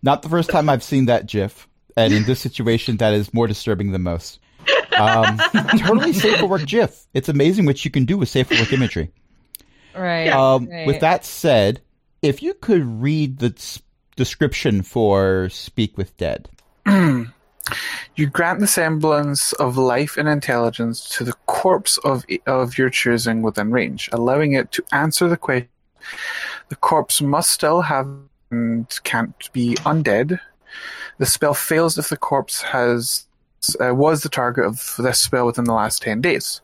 [SPEAKER 1] Not the first time I've seen that GIF, and in this situation, that is more disturbing than most. Um, totally safe for work GIF. It's amazing what you can do with safe for work imagery.
[SPEAKER 3] Right.
[SPEAKER 1] Um,
[SPEAKER 3] right.
[SPEAKER 1] With that said, if you could read the s- description for Speak with Dead,
[SPEAKER 4] You grant the semblance of life and intelligence to the corpse of of your choosing within range, allowing it to answer the question. The corpse must still have and can't be undead. The spell fails if the corpse has uh, was the target of this spell within the last ten days.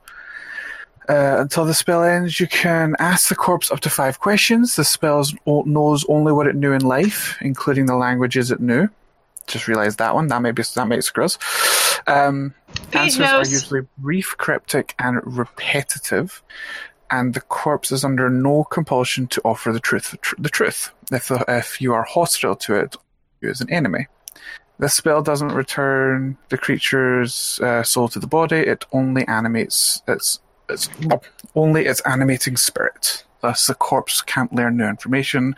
[SPEAKER 4] Uh, until the spell ends, you can ask the corpse up to five questions. The spell knows only what it knew in life, including the languages it knew just realized that one. That may be that may screw us. Um,
[SPEAKER 2] Page
[SPEAKER 4] answers are
[SPEAKER 2] knows.
[SPEAKER 4] usually brief, cryptic, and repetitive, and the corpse is under no compulsion to offer the truth. Tr- the truth, if the, if you are hostile to it, you as an enemy. The spell doesn't return the creature's uh, soul to the body; it only animates its its only its animating spirit. Thus, the corpse can't learn new information,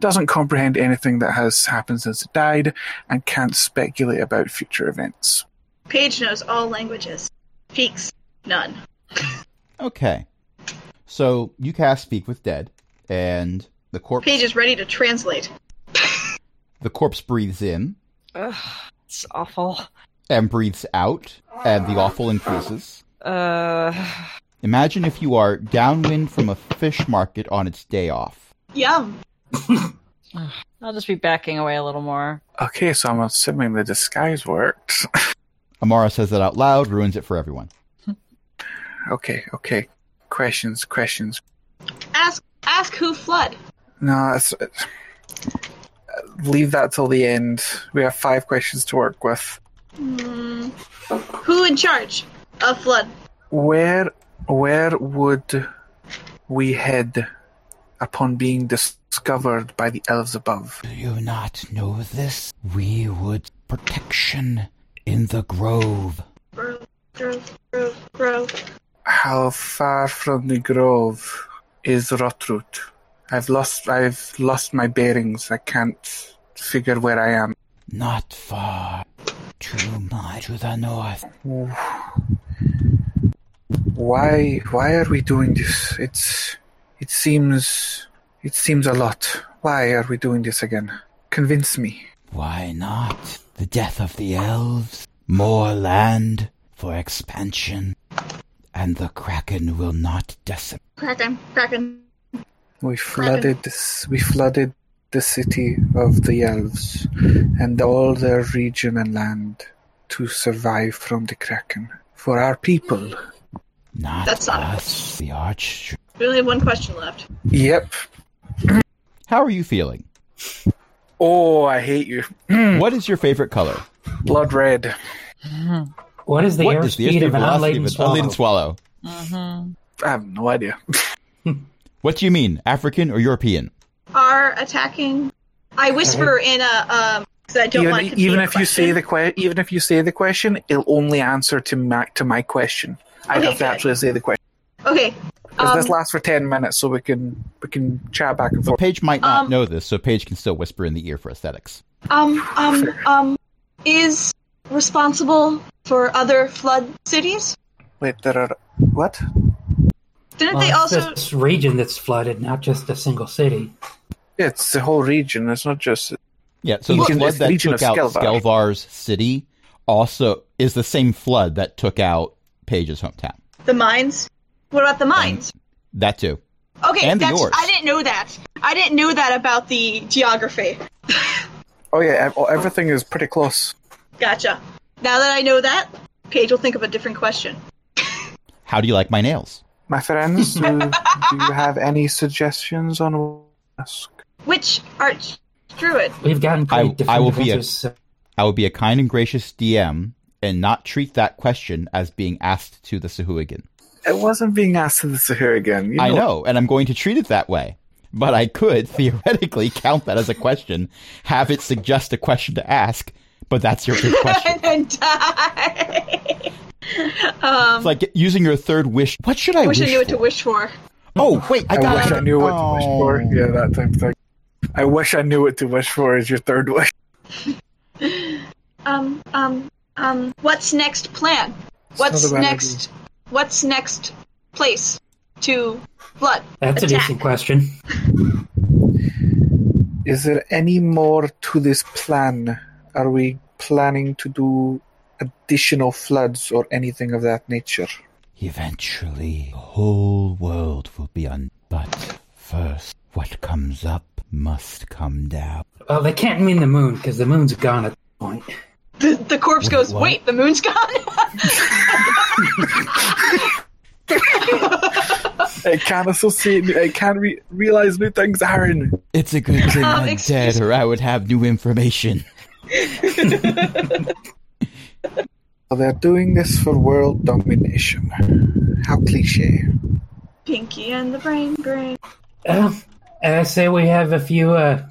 [SPEAKER 4] doesn't comprehend anything that has happened since it died, and can't speculate about future events.
[SPEAKER 2] Paige knows all languages. Peaks none.
[SPEAKER 1] okay. So you cast Speak with Dead, and the corpse
[SPEAKER 2] Paige is ready to translate.
[SPEAKER 1] the corpse breathes in
[SPEAKER 3] Ugh, it's awful.
[SPEAKER 1] and breathes out, and the awful increases.
[SPEAKER 3] Uh,
[SPEAKER 1] Imagine if you are downwind from a fish market on its day off.
[SPEAKER 2] Yum.
[SPEAKER 3] I'll just be backing away a little more.
[SPEAKER 4] Okay, so I'm assuming the disguise worked.
[SPEAKER 1] Amara says that out loud, ruins it for everyone.
[SPEAKER 4] okay, okay. Questions, questions.
[SPEAKER 2] Ask ask who flood.
[SPEAKER 4] No, that's. Leave that till the end. We have five questions to work with.
[SPEAKER 2] Who in charge of flood?
[SPEAKER 4] Where, where would we head upon being discovered by the elves above?
[SPEAKER 1] Do you not know this? We would protection in the grove.
[SPEAKER 2] Grow, grow, grow, grow.
[SPEAKER 4] How far from the grove is Rotroot? I've lost I've lost my bearings. I can't figure where I am.
[SPEAKER 1] Not far. Too much to the north.
[SPEAKER 4] Why why are we doing this? It's it seems it seems a lot. Why are we doing this again? Convince me.
[SPEAKER 1] Why not? The death of the elves. More land for expansion. And the kraken will not decimate.
[SPEAKER 2] Kraken, kraken.
[SPEAKER 4] We flooded this we flooded the city of the elves and all their region and land to survive from the Kraken. For our people.
[SPEAKER 1] Not
[SPEAKER 2] That's not
[SPEAKER 1] us. The arch.
[SPEAKER 2] We only have one question left.
[SPEAKER 4] Yep.
[SPEAKER 1] How are you feeling?
[SPEAKER 4] Oh, I hate you.
[SPEAKER 5] Hmm.
[SPEAKER 1] What is your favorite color?
[SPEAKER 4] Blood red.
[SPEAKER 5] What is the
[SPEAKER 1] What is
[SPEAKER 5] airspeed
[SPEAKER 1] airspeed
[SPEAKER 5] of an
[SPEAKER 1] velocity
[SPEAKER 5] unladen
[SPEAKER 1] of an unladen
[SPEAKER 5] swallow?
[SPEAKER 1] swallow?
[SPEAKER 4] I have no idea.
[SPEAKER 1] What do you mean, African or European?
[SPEAKER 2] Are attacking. I whisper in a um. Cause I don't
[SPEAKER 4] Uh-huh.
[SPEAKER 2] want
[SPEAKER 4] Even, e-,
[SPEAKER 2] it to be
[SPEAKER 4] even
[SPEAKER 2] a
[SPEAKER 4] if you say
[SPEAKER 2] question.
[SPEAKER 4] the que- even if you say the question, it'll only answer to my to my question. I
[SPEAKER 2] Okay,
[SPEAKER 4] have to
[SPEAKER 2] good.
[SPEAKER 4] actually say the question.
[SPEAKER 2] Okay.
[SPEAKER 4] 'Cause this
[SPEAKER 2] Um,
[SPEAKER 4] lasts for ten minutes, so we can we can chat back and
[SPEAKER 1] But
[SPEAKER 4] forth.
[SPEAKER 1] Paige might not
[SPEAKER 2] Um,
[SPEAKER 1] know this, so Paige can still whisper in the ear for aesthetics.
[SPEAKER 2] um, um, um, is responsible for other flood cities?
[SPEAKER 4] Wait, there are what?
[SPEAKER 2] Didn't
[SPEAKER 5] Well,
[SPEAKER 2] they
[SPEAKER 4] Uh,
[SPEAKER 5] it's
[SPEAKER 2] also?
[SPEAKER 5] this region that's flooded, not just a single city.
[SPEAKER 4] It's the whole region. It's not just
[SPEAKER 1] Yeah, so
[SPEAKER 4] You
[SPEAKER 1] the
[SPEAKER 4] can-
[SPEAKER 1] flood
[SPEAKER 4] it's the
[SPEAKER 1] that
[SPEAKER 4] region
[SPEAKER 1] took out
[SPEAKER 4] of Skelvar.
[SPEAKER 1] Skelvar's city also is the same flood that took out Paige's hometown.
[SPEAKER 2] The mines? What about the mines?
[SPEAKER 1] That too.
[SPEAKER 2] Okay,
[SPEAKER 1] and the
[SPEAKER 2] that's
[SPEAKER 1] yours.
[SPEAKER 2] I didn't know that. I didn't know that about the geography.
[SPEAKER 4] Oh yeah, ev- everything is pretty close.
[SPEAKER 2] Gotcha. Now that I know that, Paige will think of a different question.
[SPEAKER 1] How do you like my nails?
[SPEAKER 4] My friends, do, do you have any suggestions on what to ask?
[SPEAKER 2] Which arch druid?
[SPEAKER 5] We've gotten
[SPEAKER 1] I-
[SPEAKER 5] pretty
[SPEAKER 1] I will
[SPEAKER 5] definitive
[SPEAKER 1] be a-
[SPEAKER 5] answers. so-
[SPEAKER 1] I would be a kind and gracious DM and not treat that question as being asked to the Sahuagin.
[SPEAKER 4] I wasn't being asked to this here again. You
[SPEAKER 1] I know, and I'm going to treat it that way. But I could theoretically count that as a question, have it suggest a question to ask, but that's your big question.
[SPEAKER 2] and then die. um,
[SPEAKER 1] It's like using your third wish. What should I
[SPEAKER 2] wish I
[SPEAKER 1] wish
[SPEAKER 2] knew what
[SPEAKER 1] for?
[SPEAKER 2] to wish for.
[SPEAKER 1] Oh, wait, I
[SPEAKER 4] I
[SPEAKER 1] got
[SPEAKER 4] wish
[SPEAKER 1] it.
[SPEAKER 4] I knew what to wish for.
[SPEAKER 1] Oh.
[SPEAKER 4] Yeah, that type of thing. I wish I knew what to wish for is your third wish.
[SPEAKER 2] Um, um, um. What's next plan? What's
[SPEAKER 4] not a bad
[SPEAKER 2] next? What's next place to flood?
[SPEAKER 5] That's a
[SPEAKER 2] Attack.
[SPEAKER 5] decent question.
[SPEAKER 4] Is there any more to this plan? Are we planning to do additional floods or anything of that nature?
[SPEAKER 1] Eventually, the whole world will be on. But first, what comes up must come down.
[SPEAKER 5] Well, they can't mean the moon because the moon's gone at this point.
[SPEAKER 2] The, the corpse
[SPEAKER 1] Wait,
[SPEAKER 2] goes.
[SPEAKER 1] what?
[SPEAKER 2] Wait, the moon's gone.
[SPEAKER 4] I can't associate. I can't re- realize new things, Aaron.
[SPEAKER 1] It's a good thing I'm
[SPEAKER 2] excuse
[SPEAKER 1] dead, or I would have new information.
[SPEAKER 4] So they're doing this for world domination. How cliche.
[SPEAKER 2] Pinky and the brain, brain.
[SPEAKER 5] Uh, I say we have a few, uh,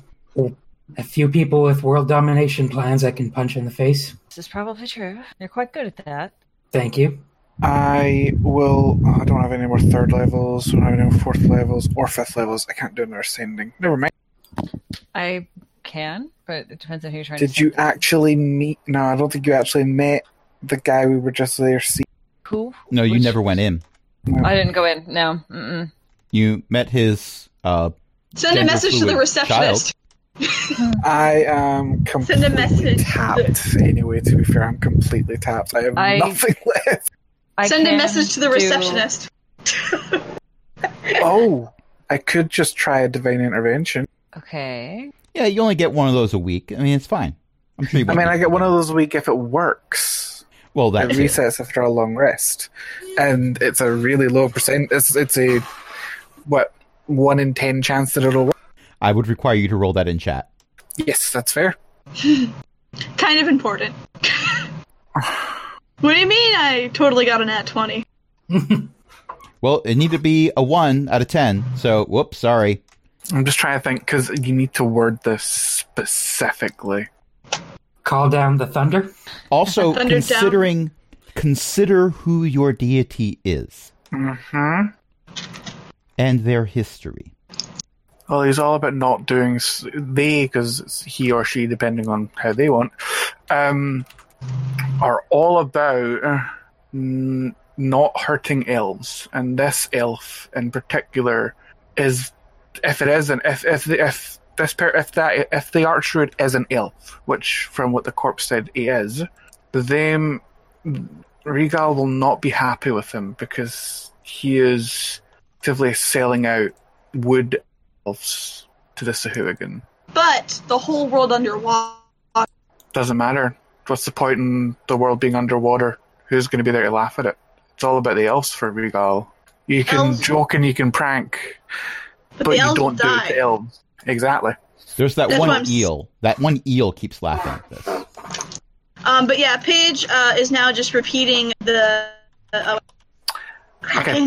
[SPEAKER 5] a few people with world domination plans I can punch in the face.
[SPEAKER 3] This is probably true. You're quite good at that.
[SPEAKER 5] Thank you.
[SPEAKER 4] I will. oh, I don't have any more third levels. I don't have any more fourth levels or fifth levels. I can't do another sending. Never mind.
[SPEAKER 3] I can, but it depends on who you're trying to.
[SPEAKER 4] Did you
[SPEAKER 3] send to.
[SPEAKER 4] actually meet? No, I don't think you actually met the guy we were just there seeing.
[SPEAKER 3] Who?
[SPEAKER 1] No, you
[SPEAKER 3] Which-
[SPEAKER 1] never went in.
[SPEAKER 3] I didn't go in. No. Mm-mm.
[SPEAKER 1] You met his. Uh,
[SPEAKER 2] Send a
[SPEAKER 1] Gender
[SPEAKER 2] message to the
[SPEAKER 1] fluid
[SPEAKER 2] receptionist.
[SPEAKER 4] I am
[SPEAKER 2] Send
[SPEAKER 4] completely
[SPEAKER 2] a message.
[SPEAKER 4] tapped. Anyway, to be fair, I'm completely tapped. I have
[SPEAKER 3] I-
[SPEAKER 4] nothing left.
[SPEAKER 3] I
[SPEAKER 2] Send a
[SPEAKER 3] can
[SPEAKER 2] message to the
[SPEAKER 3] do-
[SPEAKER 2] receptionist.
[SPEAKER 4] Oh, I could just try a divine intervention.
[SPEAKER 3] Okay.
[SPEAKER 1] yeah, you only get one of those a week. I mean, it's fine. I'm sure you.
[SPEAKER 4] I mean, I get one of those a week if it works.
[SPEAKER 1] Well,
[SPEAKER 4] It
[SPEAKER 1] that's it.
[SPEAKER 4] resets after a long rest, and it's a really low percent. It's it's a what one in ten chance that it'll work.
[SPEAKER 1] I would require you to roll that in chat.
[SPEAKER 4] Yes, that's fair.
[SPEAKER 2] Kind of important. what do you mean? I totally got an at twenty.
[SPEAKER 1] Well, it need to be a one out of ten. So, whoops, sorry.
[SPEAKER 4] I'm just trying to think because you need to word this specifically.
[SPEAKER 5] Call down the thunder.
[SPEAKER 1] Also,
[SPEAKER 2] Thunder down.
[SPEAKER 1] considering consider who your deity is
[SPEAKER 4] Mm-hmm.
[SPEAKER 1] and their history.
[SPEAKER 4] Well, he's all about not doing s- they because it's he or she, depending on how they want, um, are all about uh, n- not hurting elves, and this elf in particular is, if it isn't, if if if this pair, if that if the archer is an elf, which from what the corpse said he is, them Regal will not be happy with him because he is actively selling out wood elves to the Sahuagin.
[SPEAKER 2] But the whole world underwater.
[SPEAKER 4] Doesn't matter. What's the point in the world being underwater? Who's going to be there to laugh at it? It's all about the elves for Regal. You can
[SPEAKER 2] Elves-
[SPEAKER 4] joke and you can prank,
[SPEAKER 2] But,
[SPEAKER 4] but
[SPEAKER 2] the
[SPEAKER 4] you
[SPEAKER 2] elves
[SPEAKER 4] don't do
[SPEAKER 2] die.
[SPEAKER 4] it to elves. Exactly.
[SPEAKER 1] There's that
[SPEAKER 2] That's what I'm
[SPEAKER 1] one
[SPEAKER 2] s-
[SPEAKER 1] eel. That one eel keeps laughing at this.
[SPEAKER 2] Um, but yeah, Paige uh, is now just repeating the. Uh, okay.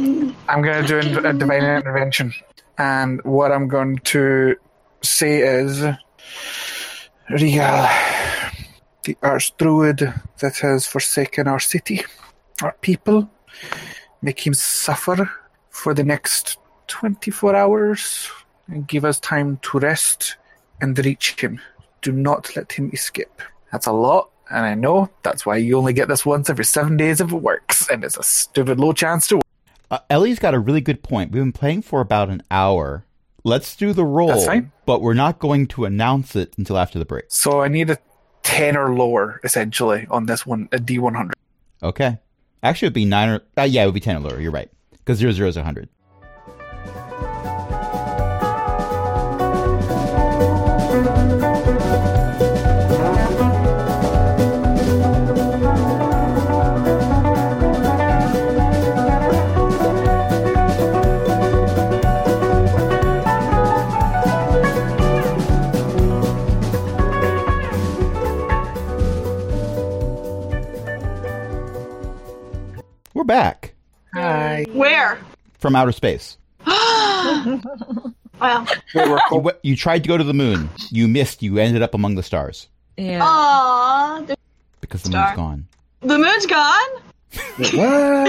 [SPEAKER 4] I'm going to do a divine intervention. And what I'm going to say is Regal, the archdruid that has forsaken our city, our people, make him suffer for the next 24 hours and give us time to rest and reach him. Do not let him escape. That's a lot, and I know that's why you only get this once every seven days if it works, and it's a stupid low chance to
[SPEAKER 1] Uh, Ellie's got a really good point. We've been playing for about an hour. Let's do the roll,
[SPEAKER 4] That's fine.
[SPEAKER 1] but we're not going to announce it until after the break.
[SPEAKER 4] So I need a 10 or lower, essentially, on this one, a D100.
[SPEAKER 1] Okay. Actually, it would be 9 or... Uh, yeah, it would be 10 or lower. You're right. Because 00 is 100. We're back.
[SPEAKER 4] Hi. Bye.
[SPEAKER 2] Where?
[SPEAKER 1] from outer space.
[SPEAKER 2] Wow.
[SPEAKER 4] They were
[SPEAKER 1] You,
[SPEAKER 4] cold.
[SPEAKER 1] w- you tried to go to the moon. You missed. You ended up among the stars
[SPEAKER 3] Yeah.
[SPEAKER 2] Aw, the-
[SPEAKER 1] because the
[SPEAKER 2] Star.
[SPEAKER 1] moon's gone.
[SPEAKER 2] the moon's gone.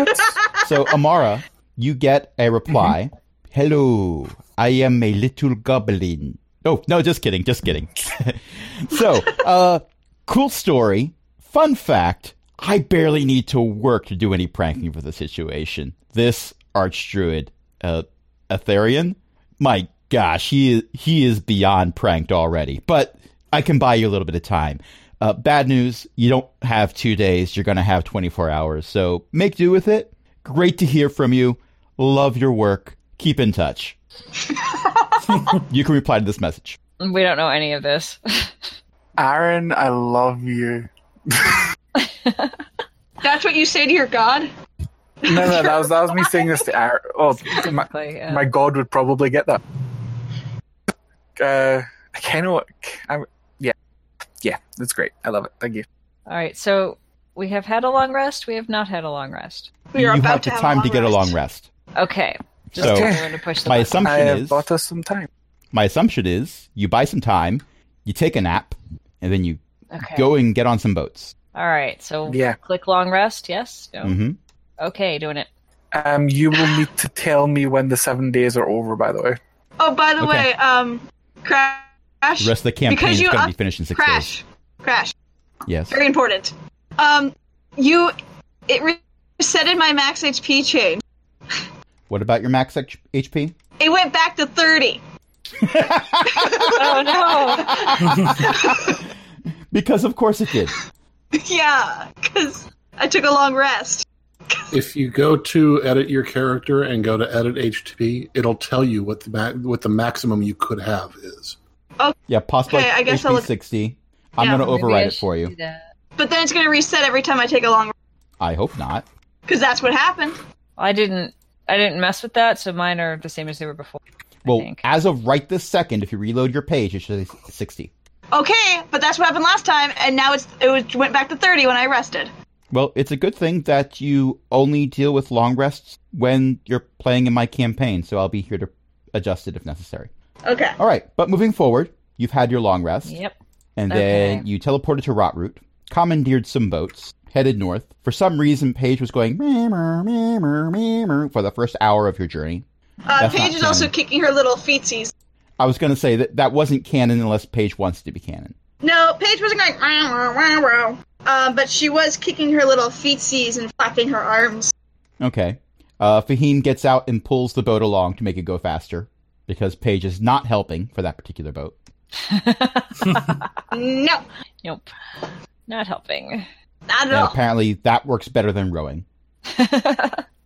[SPEAKER 4] what?
[SPEAKER 1] So, Amara, you get a reply. Hello, I am a little goblin. Oh, no, just kidding, just kidding. so, uh, cool story. Fun fact I barely need to work to do any pranking for the situation. This archdruid, uh, Atherian, my gosh, he is, he is beyond pranked already, but I can buy you a little bit of time. Uh, bad news, you don't have two days, you're going to have 24 hours. So make do with it. Great to hear from you. Love your work. Keep in touch. you can reply to this message.
[SPEAKER 3] We don't know any of this.
[SPEAKER 4] Aaron, I love you.
[SPEAKER 2] That's what you say to your god.
[SPEAKER 4] No, no, that was, that was me saying this to Aaron. Oh, my,
[SPEAKER 3] Like, uh, yeah.
[SPEAKER 4] my god would probably get that. Uh, I kind of, I'm, yeah, yeah, that's great. I love it. Thank you.
[SPEAKER 3] All right. So we have had a long rest. We have not had a long rest.
[SPEAKER 2] We are
[SPEAKER 1] you
[SPEAKER 2] about
[SPEAKER 1] have
[SPEAKER 2] to
[SPEAKER 1] the
[SPEAKER 2] have
[SPEAKER 1] time to get a long
[SPEAKER 2] rest.
[SPEAKER 1] rest.
[SPEAKER 3] Okay. Just
[SPEAKER 1] So-
[SPEAKER 3] going to push the
[SPEAKER 1] My
[SPEAKER 3] button.
[SPEAKER 4] I
[SPEAKER 1] assumption
[SPEAKER 4] have
[SPEAKER 1] is
[SPEAKER 4] bought us some time.
[SPEAKER 1] my assumption is you buy some time, you take a nap, and then you
[SPEAKER 3] Okay.
[SPEAKER 1] go and get on some boats.
[SPEAKER 3] All right. So
[SPEAKER 4] Yeah.
[SPEAKER 3] click long rest. Yes. No.
[SPEAKER 1] hmm
[SPEAKER 3] Okay. Doing it.
[SPEAKER 4] Um, you will need to tell me when the seven days are over. By the way,
[SPEAKER 2] Oh, by the
[SPEAKER 1] Okay.
[SPEAKER 2] way, um, crash.
[SPEAKER 1] The rest of the campaign
[SPEAKER 2] Because
[SPEAKER 1] is
[SPEAKER 2] you
[SPEAKER 1] going to
[SPEAKER 2] up-
[SPEAKER 1] be finished in six days.
[SPEAKER 2] crash, crash.
[SPEAKER 1] Yes.
[SPEAKER 2] Very important. Um, you, it re- resetted my max HP change.
[SPEAKER 1] What about your max H- HP?
[SPEAKER 2] It went back to thirty.
[SPEAKER 3] Oh no.
[SPEAKER 1] Because of course it did.
[SPEAKER 2] yeah, because I took a long rest.
[SPEAKER 6] If you go to edit your character and go to edit HP, it'll tell you what the ma- what the maximum you could have is.
[SPEAKER 1] Yeah, possibly
[SPEAKER 2] Okay, I guess
[SPEAKER 1] HP
[SPEAKER 2] I'll look-
[SPEAKER 1] 60. I'm
[SPEAKER 2] Yeah,
[SPEAKER 1] going to
[SPEAKER 3] Maybe I
[SPEAKER 1] override it
[SPEAKER 3] should
[SPEAKER 1] for
[SPEAKER 3] do
[SPEAKER 1] you.
[SPEAKER 3] that.
[SPEAKER 2] But then it's gonna reset every time I take a long rest.
[SPEAKER 1] I hope not.
[SPEAKER 2] Because that's what happened.
[SPEAKER 3] I didn't. I didn't mess with that. So mine are the same as they were before. I
[SPEAKER 1] Well,
[SPEAKER 3] think.
[SPEAKER 1] as of right this second, if you reload your page, it should say 60.
[SPEAKER 2] Okay, but that's what happened last time, and now it's it was, went back to thirty when I rested.
[SPEAKER 1] Well, it's a good thing that you only deal with long rests when you're playing in my campaign, so I'll be here to adjust it if necessary.
[SPEAKER 2] Okay.
[SPEAKER 1] All right, but moving forward, you've had your long rest,
[SPEAKER 3] Yep.
[SPEAKER 1] and
[SPEAKER 3] okay.
[SPEAKER 1] then you teleported to Rotroot, commandeered some boats, headed north. For some reason, Paige was going "Meow, meow, meow, meow, meow," for the first hour of your journey.
[SPEAKER 2] Uh,
[SPEAKER 1] That's not
[SPEAKER 2] Paige is also
[SPEAKER 1] canon.
[SPEAKER 2] kicking her little feetsies.
[SPEAKER 1] I was going to say that that wasn't canon unless Paige wants it to be canon.
[SPEAKER 2] No, Paige wasn't going. "Wah, wah, wah, wah." Um, but she was kicking her little feetsies and flapping her arms.
[SPEAKER 1] Okay. Uh, Fahim gets out and pulls the boat along to make it go faster because Paige is not helping for that particular boat.
[SPEAKER 2] No,
[SPEAKER 3] Nope. Not helping.
[SPEAKER 2] not at
[SPEAKER 1] And
[SPEAKER 2] all.
[SPEAKER 1] apparently that works better than rowing.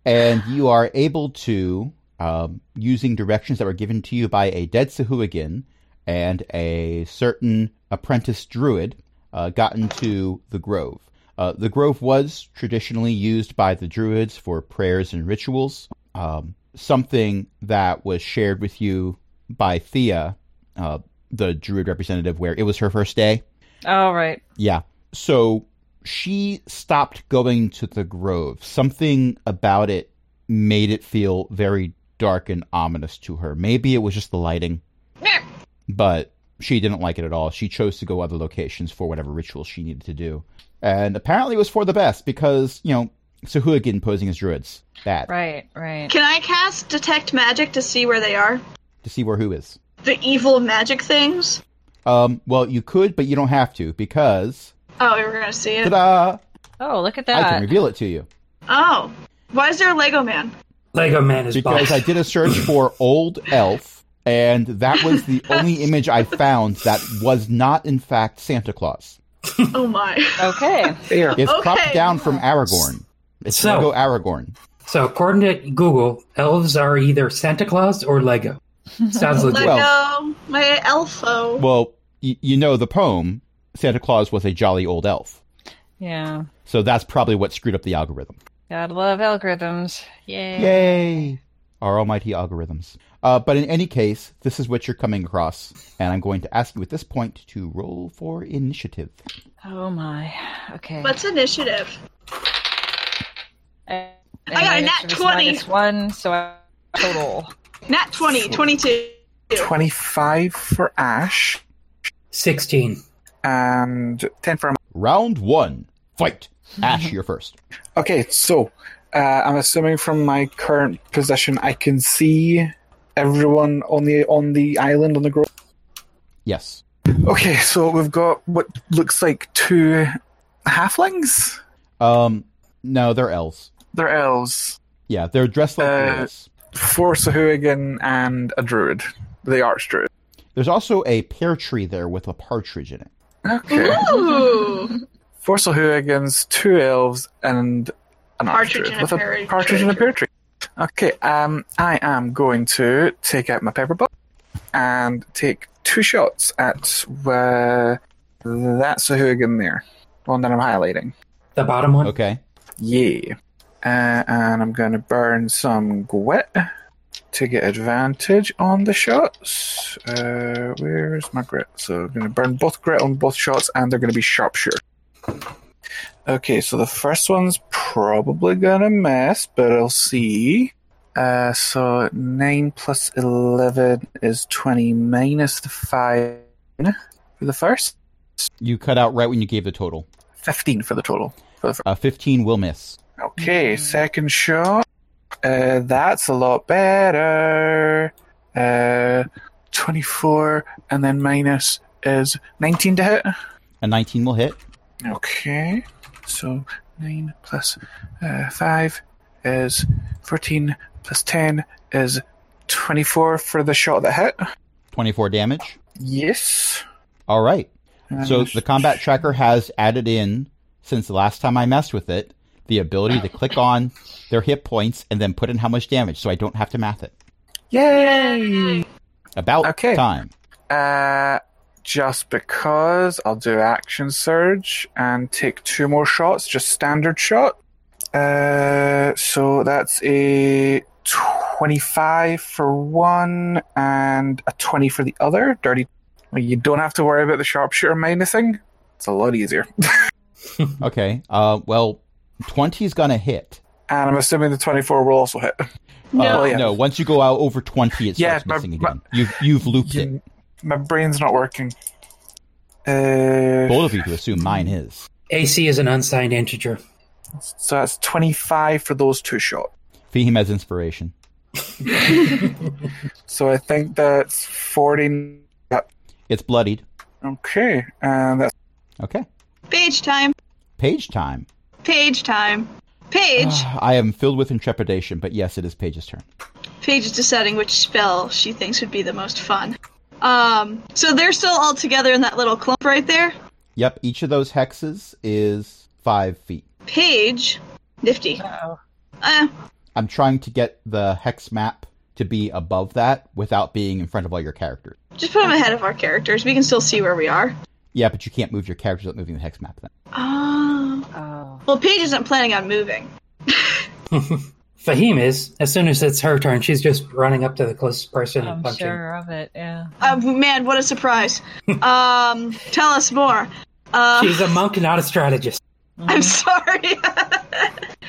[SPEAKER 1] and you are able to, um, using directions that were given to you by a dead Sahuagin and a certain apprentice druid, uh, gotten to the grove. Uh, the grove was traditionally used by the druids for prayers and rituals, um, something that was shared with you by Thea, uh, the druid representative, where it was her first day.
[SPEAKER 3] All right.
[SPEAKER 1] Yeah. So she stopped going to the grove. Something about it made it feel very dark and ominous to her. Maybe it was just the lighting,
[SPEAKER 2] Meh.
[SPEAKER 1] but she didn't like it at all. She chose to go other locations for whatever ritual she needed to do. And apparently it was for the best because, you know, Sahuagin posing as druids. Bad.
[SPEAKER 3] Right. Right.
[SPEAKER 2] Can I cast detect magic to see where they are?
[SPEAKER 1] To see where who is.
[SPEAKER 2] The evil magic things.
[SPEAKER 1] Um, well, you could, but you don't have to because,
[SPEAKER 2] Oh, we were gonna see it.
[SPEAKER 1] ta-da,
[SPEAKER 3] Oh, look at
[SPEAKER 1] I can
[SPEAKER 3] that.
[SPEAKER 1] reveal it to you.
[SPEAKER 2] Oh, why is there a Lego man?
[SPEAKER 5] Lego Man is
[SPEAKER 1] because
[SPEAKER 5] boss.
[SPEAKER 1] I did a search for old elf, and that was the only image I found that was not, in fact, Santa Claus.
[SPEAKER 2] Oh my.
[SPEAKER 3] okay.
[SPEAKER 4] there.
[SPEAKER 1] It's
[SPEAKER 2] Okay.
[SPEAKER 1] cropped down from Aragorn. It's
[SPEAKER 5] So-
[SPEAKER 1] Lego Aragorn.
[SPEAKER 5] So, according to Google, elves are either Santa Claus or Lego. Sounds legit.
[SPEAKER 1] Well-
[SPEAKER 2] Lego, um, my elfo.
[SPEAKER 1] Well, y- you know the poem. Santa Claus was a jolly old elf,
[SPEAKER 3] Yeah.
[SPEAKER 1] so that's probably what screwed up the algorithm.
[SPEAKER 3] Gotta love algorithms. Yay.
[SPEAKER 1] Yay! Our almighty algorithms. Uh, but in any case, this is what you're coming across, and I'm going to ask you at this point to roll for initiative.
[SPEAKER 3] Oh my. Okay.
[SPEAKER 2] What's initiative?
[SPEAKER 3] I
[SPEAKER 2] I got a
[SPEAKER 3] And
[SPEAKER 2] nat
[SPEAKER 3] it's
[SPEAKER 2] 20.
[SPEAKER 3] minus one, so I total.
[SPEAKER 2] Nat 20, 22.
[SPEAKER 4] 25 for Ash
[SPEAKER 5] 16.
[SPEAKER 4] and 10 for.
[SPEAKER 1] Round one, fight. Ash, you're first.
[SPEAKER 4] Okay, so uh, I'm assuming from my current possession, I can see everyone on the on the island on the grove.
[SPEAKER 1] Yes.
[SPEAKER 4] Okay, so we've got what looks like two halflings.
[SPEAKER 1] Um, no, they're elves.
[SPEAKER 4] They're elves.
[SPEAKER 1] Yeah, they're dressed like
[SPEAKER 4] Uh,
[SPEAKER 1] elves.
[SPEAKER 4] Four Sahuagin and a druid, the arch druid.
[SPEAKER 1] There's also a pear tree there with a partridge in it.
[SPEAKER 4] Okay,
[SPEAKER 2] Ooh.
[SPEAKER 4] four Sahuagins, two elves, and an
[SPEAKER 2] Partridge
[SPEAKER 4] arch druid
[SPEAKER 2] and a
[SPEAKER 4] with
[SPEAKER 2] pear
[SPEAKER 4] partridge and a pear tree. Okay, um, I am going to take out my pepper box and take two shots at uh, that Sahuagin there, the one that I'm highlighting.
[SPEAKER 5] The bottom one?
[SPEAKER 1] Okay.
[SPEAKER 4] Yeah. Uh, and I'm going to burn some grit to get advantage on the shots. Uh, where is my grit? So I'm going to burn both grit on both shots, and they're going to be sharpshooter. Okay, so the first one's probably going to miss, but I'll see. Uh, so 9 plus 11 is 20 minus the 5 for the first.
[SPEAKER 1] You cut out right when you gave the total.
[SPEAKER 4] 15 for the total. For the first.
[SPEAKER 1] Uh, 15 will miss.
[SPEAKER 4] Okay, second shot. Uh, that's a lot better. Uh, 24, and then minus is 19 to hit.
[SPEAKER 1] A 19 will hit.
[SPEAKER 4] Okay, so 9 plus uh, 5 is 14, plus 10 is 24 for the shot that hit.
[SPEAKER 1] 24 damage.
[SPEAKER 4] Yes.
[SPEAKER 1] All right. So
[SPEAKER 4] Uh,
[SPEAKER 1] the combat tracker has added in, since the last time I messed with it, the ability to click on their hit points and then put in how much damage, so I don't have to math it.
[SPEAKER 4] Yay!
[SPEAKER 1] About
[SPEAKER 4] Okay.
[SPEAKER 1] time.
[SPEAKER 4] Uh, just because I'll do action surge and take two more shots, just standard shot. Uh, so that's a 25 for one and a 20 for the other. Dirty. Well, you don't have to worry about the sharpshooter minusing. It's a lot easier.
[SPEAKER 1] Okay. Uh, well, 20 is going to hit.
[SPEAKER 4] And I'm assuming the 24 will also hit. Oh,
[SPEAKER 2] No.
[SPEAKER 1] Uh,
[SPEAKER 4] yeah.
[SPEAKER 1] No, once you go out over 20, it
[SPEAKER 4] Yeah,
[SPEAKER 1] starts
[SPEAKER 4] but-
[SPEAKER 1] missing
[SPEAKER 4] but-
[SPEAKER 1] again. You've, you've looped it.
[SPEAKER 4] You- My brain's not working. Uh,
[SPEAKER 1] Both of you to assume mine is.
[SPEAKER 5] AC is an unsigned integer.
[SPEAKER 4] so that's 25 for those two shots.
[SPEAKER 1] Fahim has inspiration.
[SPEAKER 4] So I think that's 40.
[SPEAKER 1] It's bloodied.
[SPEAKER 4] Okay. And that's
[SPEAKER 1] Okay.
[SPEAKER 2] Page time.
[SPEAKER 1] Page time.
[SPEAKER 2] Page time. Page.
[SPEAKER 1] Ah, I am filled with intrepidation, but yes, it is Page's turn.
[SPEAKER 2] Paige is deciding which spell she thinks would be the most fun. Um, so they're still all together in that little clump right there.
[SPEAKER 1] Yep, each of those hexes is five feet.
[SPEAKER 2] Paige, nifty.
[SPEAKER 3] Uh-oh.
[SPEAKER 2] Uh,
[SPEAKER 1] I'm trying to get the hex map to be above that without being in front of all your characters.
[SPEAKER 2] just put them ahead of our characters. We can still see where we are.
[SPEAKER 1] Yeah, but you can't move your characters without moving the hex map then.
[SPEAKER 2] Oh.
[SPEAKER 3] Oh.
[SPEAKER 2] Well, Paige isn't planning on moving.
[SPEAKER 5] Fahim is. As soon as it's her turn, she's just running up to the closest person and
[SPEAKER 3] I'm
[SPEAKER 5] punching.
[SPEAKER 3] sure of it. Yeah.
[SPEAKER 2] Uh, man, what a surprise. um, tell us more. Uh,
[SPEAKER 5] She's a monk, not a strategist.
[SPEAKER 2] I'm sorry.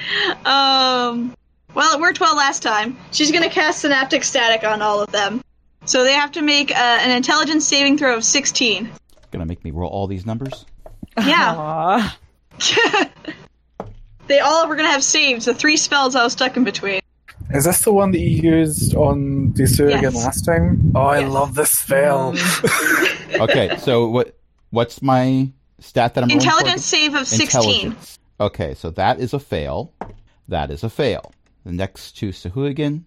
[SPEAKER 2] um, well, it worked well last time. She's going to cast Synaptic Static on all of them. So they have to make uh, an intelligence saving throw of 16.
[SPEAKER 1] Gonna make me roll all these numbers.
[SPEAKER 2] Yeah.
[SPEAKER 3] Aw.
[SPEAKER 2] they all were going to have saves, the three spells I was stuck in between.
[SPEAKER 4] is this the one that you used on the sewer again
[SPEAKER 2] Yes. Mm.
[SPEAKER 4] last time? Oh, I love this spell.
[SPEAKER 1] Okay, so what what's my stat that I'm rolling for?
[SPEAKER 2] Intelligence save of 16.
[SPEAKER 1] Intelligence. Okay, so that is a fail. That is a fail. The next to Sahuagin.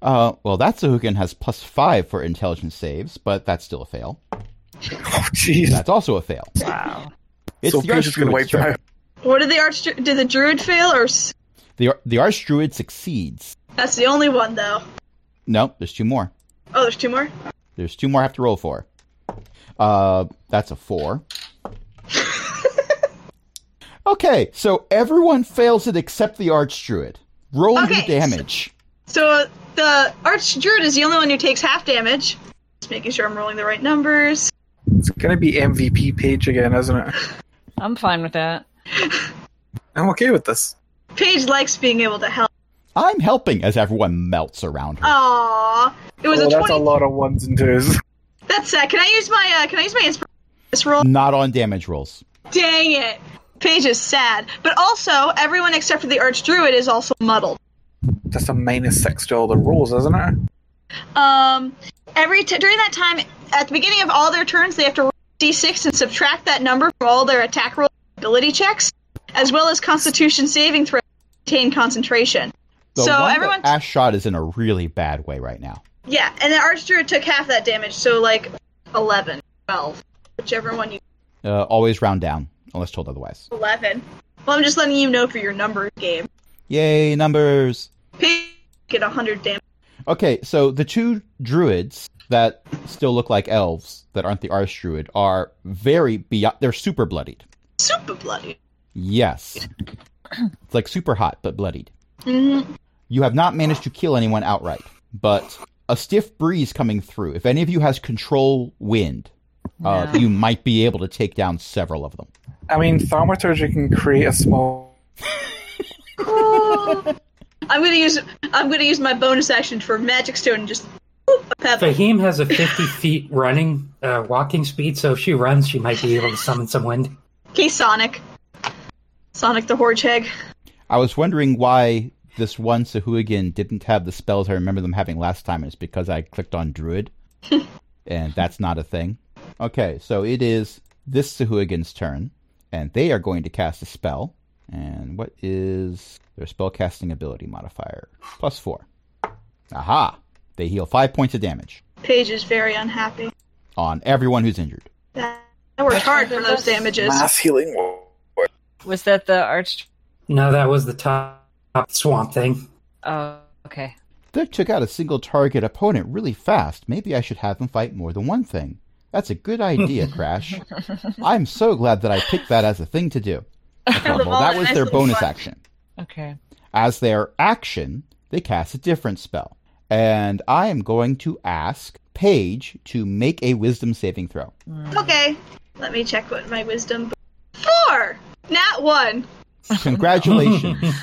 [SPEAKER 1] Uh, well, that Sahuagin has plus five for intelligence saves, but that's still a fail.
[SPEAKER 4] Oh, jeez.
[SPEAKER 1] That's also a fail.
[SPEAKER 3] Wow.
[SPEAKER 1] It's
[SPEAKER 4] So
[SPEAKER 1] the
[SPEAKER 4] Paige is going
[SPEAKER 1] Archdruid's
[SPEAKER 4] to wipe them
[SPEAKER 1] turn.
[SPEAKER 4] out.
[SPEAKER 2] What did the arch? Did the druid fail, or s-
[SPEAKER 1] The, Ar- the Archdruid succeeds.
[SPEAKER 2] that's the only one though?
[SPEAKER 1] No, there's two more.
[SPEAKER 2] Oh, there's two more.
[SPEAKER 1] There's two more I have to roll for. Uh, that's a four. okay, so everyone fails it except the Archdruid. Roll your
[SPEAKER 2] Okay.
[SPEAKER 1] damage.
[SPEAKER 2] So the arch druid is the only one who takes half damage. Just making sure I'm rolling the right numbers.
[SPEAKER 4] It's going to be MVP page again, isn't it?
[SPEAKER 3] I'm fine with that.
[SPEAKER 4] I'm okay with this.
[SPEAKER 2] Paige likes being able to help.
[SPEAKER 1] I'm helping as everyone melts around her.
[SPEAKER 2] Aww. It was
[SPEAKER 4] Oh,
[SPEAKER 2] a
[SPEAKER 4] that's
[SPEAKER 2] twenty.
[SPEAKER 4] a lot of ones and twos.
[SPEAKER 2] That's sad. Can I use my uh, Can I use my inspiration this roll?
[SPEAKER 1] Not on damage rolls.
[SPEAKER 2] Dang it. Paige is sad, but also everyone except for the Archdruid is also muddled.
[SPEAKER 4] That's a minus six to all the rules, isn't it?
[SPEAKER 2] Um, every t- during that time, at the beginning of all their turns, they have to roll d6 and subtract that number from all their attack roll ability checks, as well as Constitution saving throws to maintain concentration.
[SPEAKER 1] The
[SPEAKER 2] so
[SPEAKER 1] one that
[SPEAKER 2] everyone,
[SPEAKER 1] Ash shot is in a really bad way right now.
[SPEAKER 2] yeah, and the Archdruid took half that damage, so like 11, 12, whichever one you
[SPEAKER 1] Uh, always round down, unless told otherwise.
[SPEAKER 2] 11. Well, I'm just letting you know for your number game.
[SPEAKER 1] Yay, numbers!
[SPEAKER 2] Pig get 100 damage.
[SPEAKER 1] Okay, so the two druids that still look like elves that aren't the Arch Druid are very beyond. They're super bloodied.
[SPEAKER 2] Super bloody.
[SPEAKER 1] Yes. it's like super hot, but bloodied.
[SPEAKER 2] Mhm.
[SPEAKER 1] You have not managed to kill anyone outright, but a stiff breeze coming through. If any of you has control wind, uh,
[SPEAKER 3] No.
[SPEAKER 1] you might be able to take down several of them.
[SPEAKER 4] I mean, thaumaturgy can create a small.
[SPEAKER 2] I'm gonna use I'm gonna use my bonus action for magic stone and just whoop, a pebble.
[SPEAKER 5] Fahim has a 50 feet running, uh, walking speed, so if she runs, she might be able to summon some wind.
[SPEAKER 2] Okay, Sonic. Sonic the Hedgehog.
[SPEAKER 1] I was wondering why this one Sahuagin didn't have the spells I remember them having last time. It's because I clicked on Druid, and that's not a thing. Okay, so it is this Sahuagin's turn, and they are going to cast a spell. And what is their spellcasting ability modifier? Plus four. Aha! They heal five points of damage
[SPEAKER 2] Paige is very unhappy.
[SPEAKER 1] on everyone who's injured.
[SPEAKER 2] That, that worked hard for those damages.
[SPEAKER 4] Mass healing.
[SPEAKER 3] Was that the arch?
[SPEAKER 5] No, that was the top, top swamp thing.
[SPEAKER 3] Oh, okay.
[SPEAKER 1] They took out a single target opponent really fast. Maybe I should have them fight more than one thing. That's a good idea, Crash. I'm so glad that I picked that as a thing to do. Okay,
[SPEAKER 2] The
[SPEAKER 1] well, that was
[SPEAKER 2] nice
[SPEAKER 1] their
[SPEAKER 2] little
[SPEAKER 1] bonus
[SPEAKER 2] fun.
[SPEAKER 1] action.
[SPEAKER 3] Okay.
[SPEAKER 1] As their action, they cast a different spell. And I am going to ask Paige to make a wisdom saving throw.
[SPEAKER 2] Okay. Let me check what my wisdom Four! Not one.
[SPEAKER 1] Congratulations.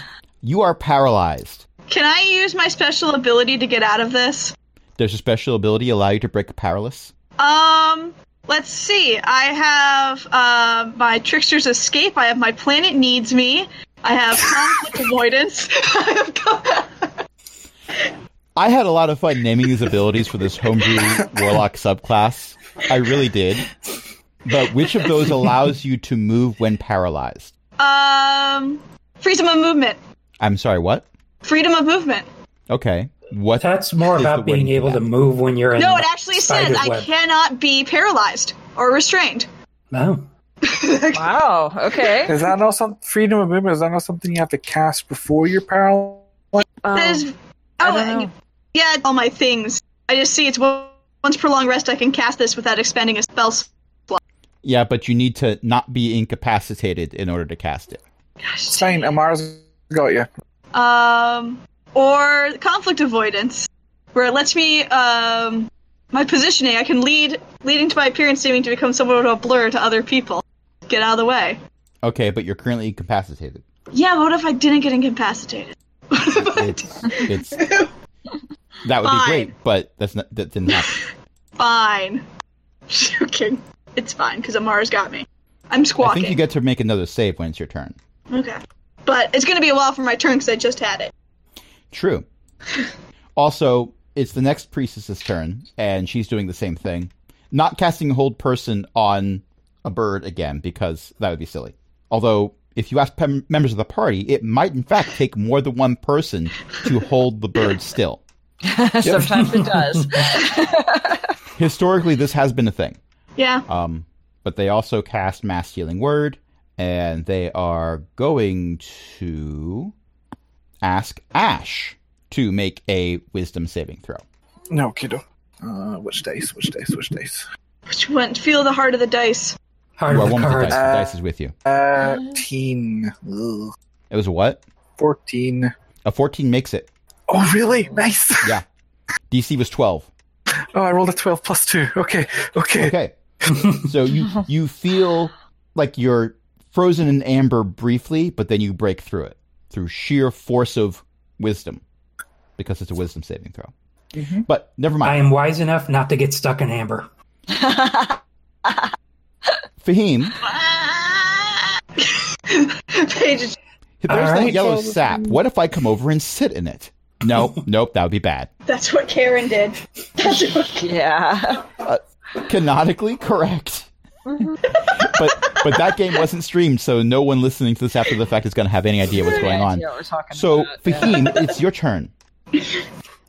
[SPEAKER 1] you are paralyzed.
[SPEAKER 2] Can I use my special ability to get out of this?
[SPEAKER 1] Does your special ability allow you to break powerless?
[SPEAKER 2] Um let's see. I have um my trickster's escape, I have my planet needs me, I have conflict avoidance, I have co-
[SPEAKER 1] I had a lot of fun naming these abilities for this homebrew warlock subclass. I really did. But which of those allows you to move when paralyzed?
[SPEAKER 2] Um, freedom of movement.
[SPEAKER 1] I'm sorry, what?
[SPEAKER 2] Freedom of movement.
[SPEAKER 1] Okay. What?
[SPEAKER 5] That's more
[SPEAKER 1] Is
[SPEAKER 5] about
[SPEAKER 1] the wind
[SPEAKER 5] being able to
[SPEAKER 1] bad?
[SPEAKER 5] move when you're in
[SPEAKER 2] No, it actually says
[SPEAKER 5] spider's
[SPEAKER 2] I
[SPEAKER 5] web.
[SPEAKER 2] cannot be paralyzed or restrained.
[SPEAKER 5] No.
[SPEAKER 3] Wow. Okay.
[SPEAKER 4] Is that not some freedom of movement? Is that not something you have to cast before you're paralyzed?
[SPEAKER 2] That
[SPEAKER 3] Um,
[SPEAKER 2] is.
[SPEAKER 3] I
[SPEAKER 2] Oh,
[SPEAKER 3] don't know.
[SPEAKER 2] and- yeah, all my things. I just see it's one- once per long rest I can cast this without expending a spell. s-
[SPEAKER 1] Yeah, but you need to not be incapacitated in order to cast it.
[SPEAKER 2] Gosh.
[SPEAKER 4] It's fine. Amara's got you.
[SPEAKER 2] Um, or conflict avoidance, where it lets me um my positioning. I can lead leading to my appearance seeming to become somewhat of a blur to other people. Get out of the way.
[SPEAKER 1] Okay, but you're currently incapacitated.
[SPEAKER 2] Yeah, but what if I didn't get incapacitated?
[SPEAKER 1] It's, it's that would be
[SPEAKER 2] Fine.
[SPEAKER 1] great, but that's not that didn't happen.
[SPEAKER 2] Fine. Joking. It's fine because Amara's got me. I'm
[SPEAKER 1] I
[SPEAKER 2] squawking.
[SPEAKER 1] think you get to make another save when it's your turn.
[SPEAKER 2] okay. But it's gonna be a while for my turn because I just had it.
[SPEAKER 1] True. also, it's the next priestess's turn, and she's doing the same thing. Not casting hold person on a bird again, because that would be silly. Although, if you ask pem- members of the party, it might in fact take more than one person to hold the bird still.
[SPEAKER 3] Sometimes it does.
[SPEAKER 1] Historically, this has been a thing.
[SPEAKER 2] Yeah.
[SPEAKER 1] Um, but they also cast Mass Healing Word, and they are going to ask Ash to make a Wisdom saving throw.
[SPEAKER 4] No, kiddo. Uh, which dice? Which dice? Which dice?
[SPEAKER 2] Which one? Feel the heart of the dice.
[SPEAKER 5] Heart
[SPEAKER 1] Well,
[SPEAKER 5] of the
[SPEAKER 1] one was the
[SPEAKER 5] cards.
[SPEAKER 1] dice. The dice is with you.
[SPEAKER 4] Uh, teen. Ugh.
[SPEAKER 1] It was a what?
[SPEAKER 4] Fourteen.
[SPEAKER 1] A 14 makes it.
[SPEAKER 4] Oh, really? Nice.
[SPEAKER 1] Yeah. DC was 12.
[SPEAKER 4] Oh, I rolled a twelve plus two. Okay. Okay.
[SPEAKER 1] Okay. so you you feel like you're frozen in amber briefly, but then you break through it. through sheer force of wisdom, because it's a wisdom saving throw.
[SPEAKER 5] Mm-hmm.
[SPEAKER 4] Mhm.
[SPEAKER 1] But never
[SPEAKER 5] I
[SPEAKER 1] mind.
[SPEAKER 5] am wise enough not to get stuck in amber.
[SPEAKER 1] Fahim, there's
[SPEAKER 2] Paige,
[SPEAKER 1] that
[SPEAKER 5] right.
[SPEAKER 1] yellow sap. What if I come over and sit in it? No, nope, that would be bad.
[SPEAKER 2] that's what Karen did. That's what,
[SPEAKER 3] yeah.
[SPEAKER 1] Canonically correct.
[SPEAKER 3] Mm-hmm.
[SPEAKER 1] but but that game wasn't streamed, so no one listening to this after the fact is going to have any idea what's going
[SPEAKER 3] Yeah, I
[SPEAKER 1] on.
[SPEAKER 3] know what we're talking
[SPEAKER 1] So
[SPEAKER 3] about, yeah.
[SPEAKER 1] Fahim, it's your turn.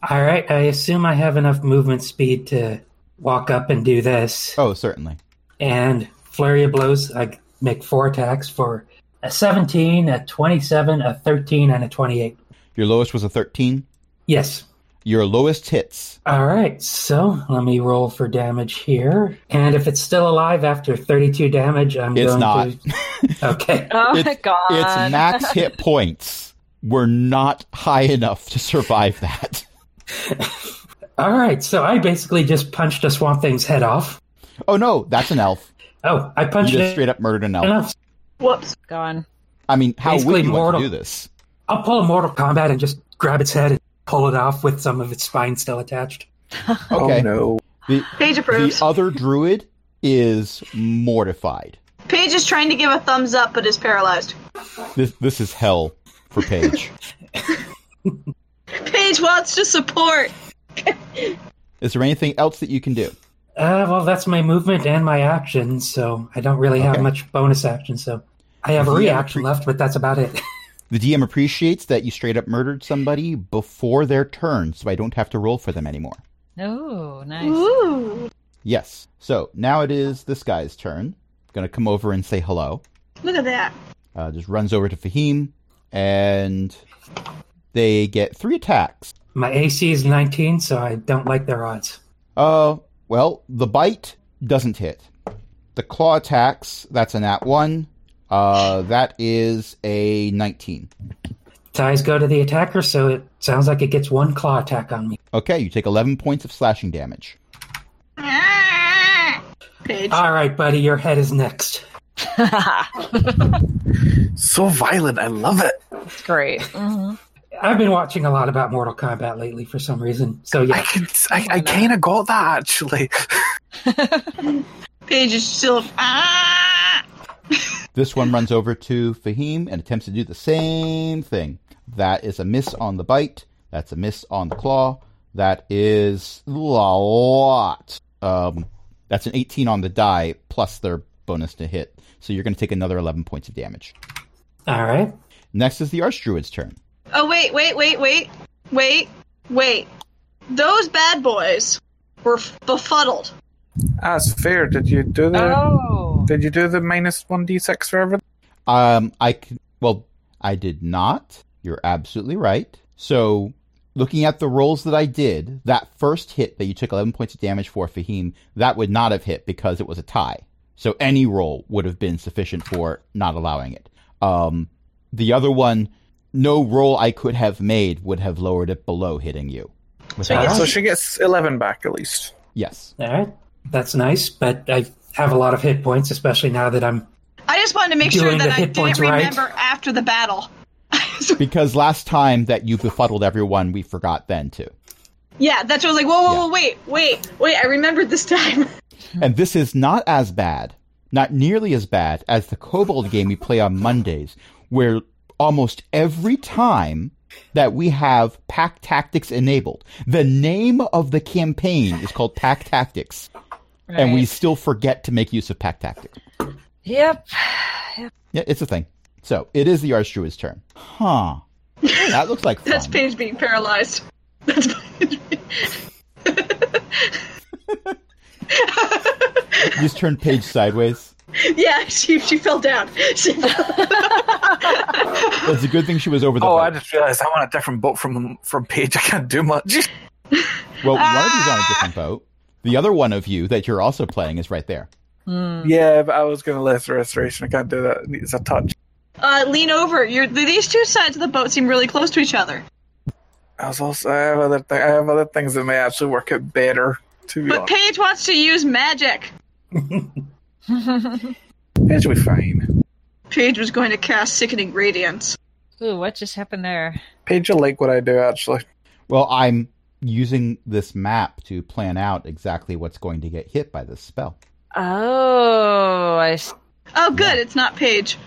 [SPEAKER 5] All right, I assume I have enough movement speed to walk up and do this.
[SPEAKER 1] Oh, certainly.
[SPEAKER 5] And flurry of blows, I make four attacks for a 17, a 27, a 13, and a 28.
[SPEAKER 1] Your lowest was a thirteen.
[SPEAKER 5] Yes.
[SPEAKER 1] Your lowest hits.
[SPEAKER 5] All right, so let me roll for damage here. And if it's still alive after 32 damage, I'm
[SPEAKER 1] It's
[SPEAKER 5] going
[SPEAKER 1] not.
[SPEAKER 5] to. Okay.
[SPEAKER 3] Oh my
[SPEAKER 1] It's-
[SPEAKER 3] god.
[SPEAKER 1] Its max hit points were not high enough to survive that.
[SPEAKER 5] All right, so I basically just punched a Swamp Thing's head off.
[SPEAKER 1] Oh no, that's an elf.
[SPEAKER 5] Oh, I
[SPEAKER 1] You
[SPEAKER 5] punched
[SPEAKER 1] just
[SPEAKER 5] it
[SPEAKER 1] straight up murdered an elf.
[SPEAKER 5] enough.
[SPEAKER 2] whoops.
[SPEAKER 3] Gone.
[SPEAKER 1] I mean, how
[SPEAKER 5] Basically
[SPEAKER 1] would you want
[SPEAKER 5] mortal.
[SPEAKER 1] to do this?
[SPEAKER 5] I'll pull a Mortal Kombat and just grab its head and pull it off with some of its spine still attached.
[SPEAKER 1] Okay.
[SPEAKER 4] Oh no.
[SPEAKER 1] The,
[SPEAKER 2] Paige
[SPEAKER 1] the
[SPEAKER 5] uh,
[SPEAKER 2] approves.
[SPEAKER 1] other druid is mortified.
[SPEAKER 2] Paige is trying to give a thumbs up, but is paralyzed.
[SPEAKER 1] This this is hell for Paige.
[SPEAKER 2] Paige wants to support.
[SPEAKER 1] is there anything else that you can do?
[SPEAKER 5] Uh, well, that's my movement and my action, so I don't really have
[SPEAKER 1] Okay.
[SPEAKER 5] much bonus action. So I have a
[SPEAKER 1] Yeah,
[SPEAKER 5] reaction
[SPEAKER 1] pre-
[SPEAKER 5] left, but that's about it.
[SPEAKER 1] The DM appreciates that you straight up murdered somebody before their turn, so I don't have to roll for them anymore.
[SPEAKER 3] Oh, nice.
[SPEAKER 2] Ooh.
[SPEAKER 1] Yes. So now it is this guy's turn. Gonna come over and say hello.
[SPEAKER 2] Look at that.
[SPEAKER 1] Uh, just runs over to Fahim, and they get three attacks.
[SPEAKER 5] my AC is 19, so I don't like their odds.
[SPEAKER 1] Uh, well, the bite doesn't hit. The claw attacks, that's an at one. Uh, that is a 19.
[SPEAKER 5] Ties go to the attacker, so it sounds like it gets one claw attack on me.
[SPEAKER 1] Okay, you take 11 points of slashing damage.
[SPEAKER 2] Paige.
[SPEAKER 5] All right, buddy, your head is next.
[SPEAKER 4] So violent. I love it.
[SPEAKER 3] It's great. Mhm.
[SPEAKER 5] I've been watching a lot about Mortal Kombat lately for some reason. So
[SPEAKER 4] I
[SPEAKER 5] yeah,
[SPEAKER 4] can. I, I kind of got that actually.
[SPEAKER 2] Paige is still. Ah!
[SPEAKER 1] This one runs over to Fahim and attempts to do the same thing. That is a miss on the bite. That's a miss on the claw. That is a lot. Um, that's an 18 on the die plus their bonus to hit. So you're going to take another 11 points of damage.
[SPEAKER 5] all right.
[SPEAKER 1] Next is the Archdruid's turn.
[SPEAKER 2] Oh wait, wait, wait, wait, wait, wait. Those bad boys were f- befuddled.
[SPEAKER 4] That's fair. Did you do the?
[SPEAKER 3] oh.
[SPEAKER 4] Did you do the minus one d six for everything?
[SPEAKER 1] Um, I c- well, I did not. You're absolutely right. So, looking at the rolls that I did, that first hit that you took 11 points of damage for Fahim, that would not have hit because it was a tie. So any roll would have been sufficient for not allowing it. Um, the other one, no roll I could have made would have lowered it below hitting you.
[SPEAKER 2] So I
[SPEAKER 5] All
[SPEAKER 2] guess-
[SPEAKER 4] So
[SPEAKER 5] right.
[SPEAKER 4] she gets eleven back at least.
[SPEAKER 1] Yes.
[SPEAKER 5] All right. That's nice, but I have a lot of hit points, especially now that I'm.
[SPEAKER 2] I just wanted to make sure
[SPEAKER 5] Doing the
[SPEAKER 2] that I
[SPEAKER 5] hit
[SPEAKER 2] didn't
[SPEAKER 5] points right.
[SPEAKER 2] remember after the battle.
[SPEAKER 1] Because last time that you befuddled everyone, we forgot then too.
[SPEAKER 2] yeah, that's what I was like. Whoa, whoa, whoa, wait, wait, wait. I remembered this time.
[SPEAKER 1] And this is not as bad, not nearly as bad as the Kobold game we play on Mondays, where almost every time that we have Pack Tactics enabled, the name of the campaign is called Pack Tactics, and we
[SPEAKER 3] Right.
[SPEAKER 1] still forget to make use of Pack Tactics.
[SPEAKER 3] Yep.
[SPEAKER 1] Yeah, it's a thing. So it is the Archdruid's turn. Huh. That looks like fun.
[SPEAKER 2] That's Paige being paralyzed. That's Paige.
[SPEAKER 1] You just turned page sideways.
[SPEAKER 2] yeah, she she fell down. She fell-
[SPEAKER 1] That's a good thing she was over the
[SPEAKER 4] Oh,
[SPEAKER 1] boat.
[SPEAKER 4] I just realized I'm on a different boat from from Paige. I can't do much.
[SPEAKER 1] Well, one of you's on a different boat. The other one of you that you're also playing is right there.
[SPEAKER 3] Mm.
[SPEAKER 4] Yeah, but I was gonna last restoration. I can't do that. It's a touch.
[SPEAKER 2] uh, lean over. You're, these two sides of the boat seem really close to each other.
[SPEAKER 4] I was also. I have other. Th- I have other things that may actually work out better. To be
[SPEAKER 2] But
[SPEAKER 4] honest,
[SPEAKER 2] Paige wants to use magic.
[SPEAKER 4] Paige will be fine.
[SPEAKER 2] Paige was going to cast sickening radiance.
[SPEAKER 3] Ooh, what just happened there?
[SPEAKER 4] Paige will like what I do, actually.
[SPEAKER 1] Well, I'm using this map to plan out exactly what's going to get hit by this spell.
[SPEAKER 3] Oh, I s-
[SPEAKER 2] Oh, good. It's not Paige.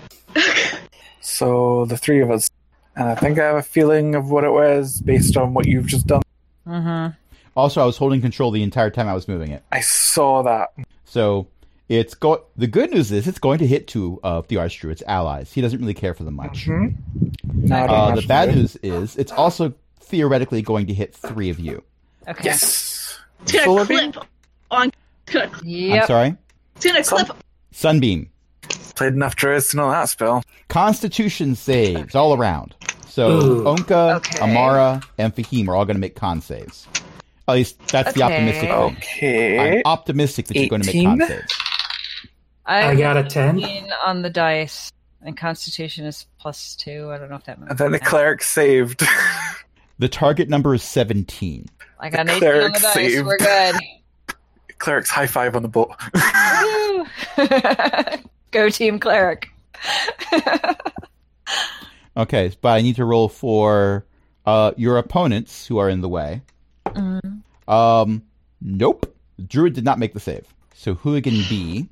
[SPEAKER 4] So the three of us. And I think I have a feeling of what it was based on what you've just done.
[SPEAKER 3] mhm.
[SPEAKER 1] Also, I was holding control the entire time I was moving it.
[SPEAKER 4] I saw that.
[SPEAKER 1] So it's go- the good news is it's going to hit two of the Archdruid's allies. He doesn't really care for them much.
[SPEAKER 4] No, I don't
[SPEAKER 1] Uh,
[SPEAKER 4] have
[SPEAKER 1] the
[SPEAKER 4] to
[SPEAKER 1] bad
[SPEAKER 4] do it.
[SPEAKER 1] news is it's also theoretically going to hit three of you.
[SPEAKER 3] Okay.
[SPEAKER 4] Yes.
[SPEAKER 2] It's gonna
[SPEAKER 4] Solar beam?
[SPEAKER 2] clip on. It's gonna,
[SPEAKER 1] I'm
[SPEAKER 3] Yep.
[SPEAKER 1] sorry?
[SPEAKER 2] it's gonna
[SPEAKER 4] Some-
[SPEAKER 2] clip.
[SPEAKER 1] Sunbeam.
[SPEAKER 4] Played enough druids to know that spell.
[SPEAKER 1] Constitution saves all around. So
[SPEAKER 5] Ooh.
[SPEAKER 1] Onka,
[SPEAKER 3] Okay.
[SPEAKER 1] Amara, and Fahim are all going to make con saves. At least that's the optimistic
[SPEAKER 3] Okay.
[SPEAKER 1] thing. I'm
[SPEAKER 4] Okay.
[SPEAKER 1] optimistic that you're going to make con
[SPEAKER 4] 18?
[SPEAKER 1] saves.
[SPEAKER 5] I got a 10.
[SPEAKER 3] lean on the dice, and Constitution is plus two. I don't know if that.
[SPEAKER 4] And then the cleric saved.
[SPEAKER 1] The target number is 17.
[SPEAKER 3] I got an
[SPEAKER 4] the
[SPEAKER 3] eighteen on the
[SPEAKER 4] cleric
[SPEAKER 3] dice.
[SPEAKER 4] saved.
[SPEAKER 3] We're good.
[SPEAKER 4] Cleric's high five on the boat.
[SPEAKER 3] Woo! Go team cleric.
[SPEAKER 1] Okay, but I need to roll for uh, your opponents who are in the way.
[SPEAKER 3] Mm.
[SPEAKER 1] Um, nope. Druid did not make the save. So Hooligan B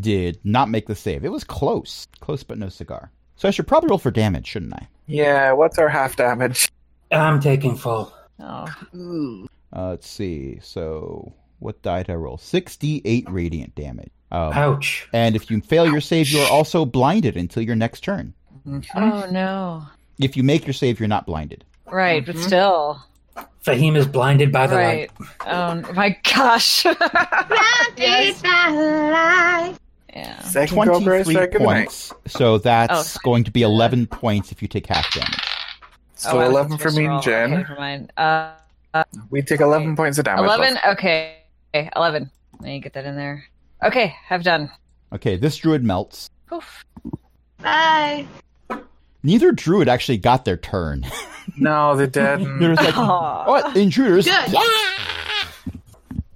[SPEAKER 1] did not make the save. It was close. Close, but no cigar. So I should probably roll for damage, shouldn't I?
[SPEAKER 4] Yeah, what's our half damage?
[SPEAKER 5] I'm taking full.
[SPEAKER 3] Oh,
[SPEAKER 1] Uh, let's see. So what die did I roll? 68 radiant damage. Um,
[SPEAKER 5] Ouch.
[SPEAKER 1] and if you fail your save, you are also blinded until your next turn.
[SPEAKER 3] oh no!
[SPEAKER 1] If you make your save, you're not blinded.
[SPEAKER 3] Right, but still,
[SPEAKER 5] Fahim is blinded by the
[SPEAKER 3] right.
[SPEAKER 5] light.
[SPEAKER 3] Um, my gosh. yes. Yeah.
[SPEAKER 4] Second Cobra,
[SPEAKER 1] 23
[SPEAKER 4] second knight.
[SPEAKER 1] points. So that's
[SPEAKER 3] Oh, sorry.
[SPEAKER 1] going to be 11 points if you take half damage.
[SPEAKER 4] So
[SPEAKER 3] I was
[SPEAKER 4] 11 for
[SPEAKER 3] supposed to
[SPEAKER 4] me and
[SPEAKER 3] roll.
[SPEAKER 4] Jen.
[SPEAKER 3] Okay, never mind. Uh,
[SPEAKER 4] We take 11 points of damage.
[SPEAKER 3] 11? Okay. okay. 11. Let me get that in there. Okay, have done.
[SPEAKER 1] Okay, this druid melts.
[SPEAKER 3] Poof.
[SPEAKER 2] Bye.
[SPEAKER 1] Neither druid actually got their turn.
[SPEAKER 4] No, they
[SPEAKER 1] They're
[SPEAKER 4] didn't.
[SPEAKER 1] just like,
[SPEAKER 3] Aw.
[SPEAKER 1] "What? intruders!"
[SPEAKER 2] Good.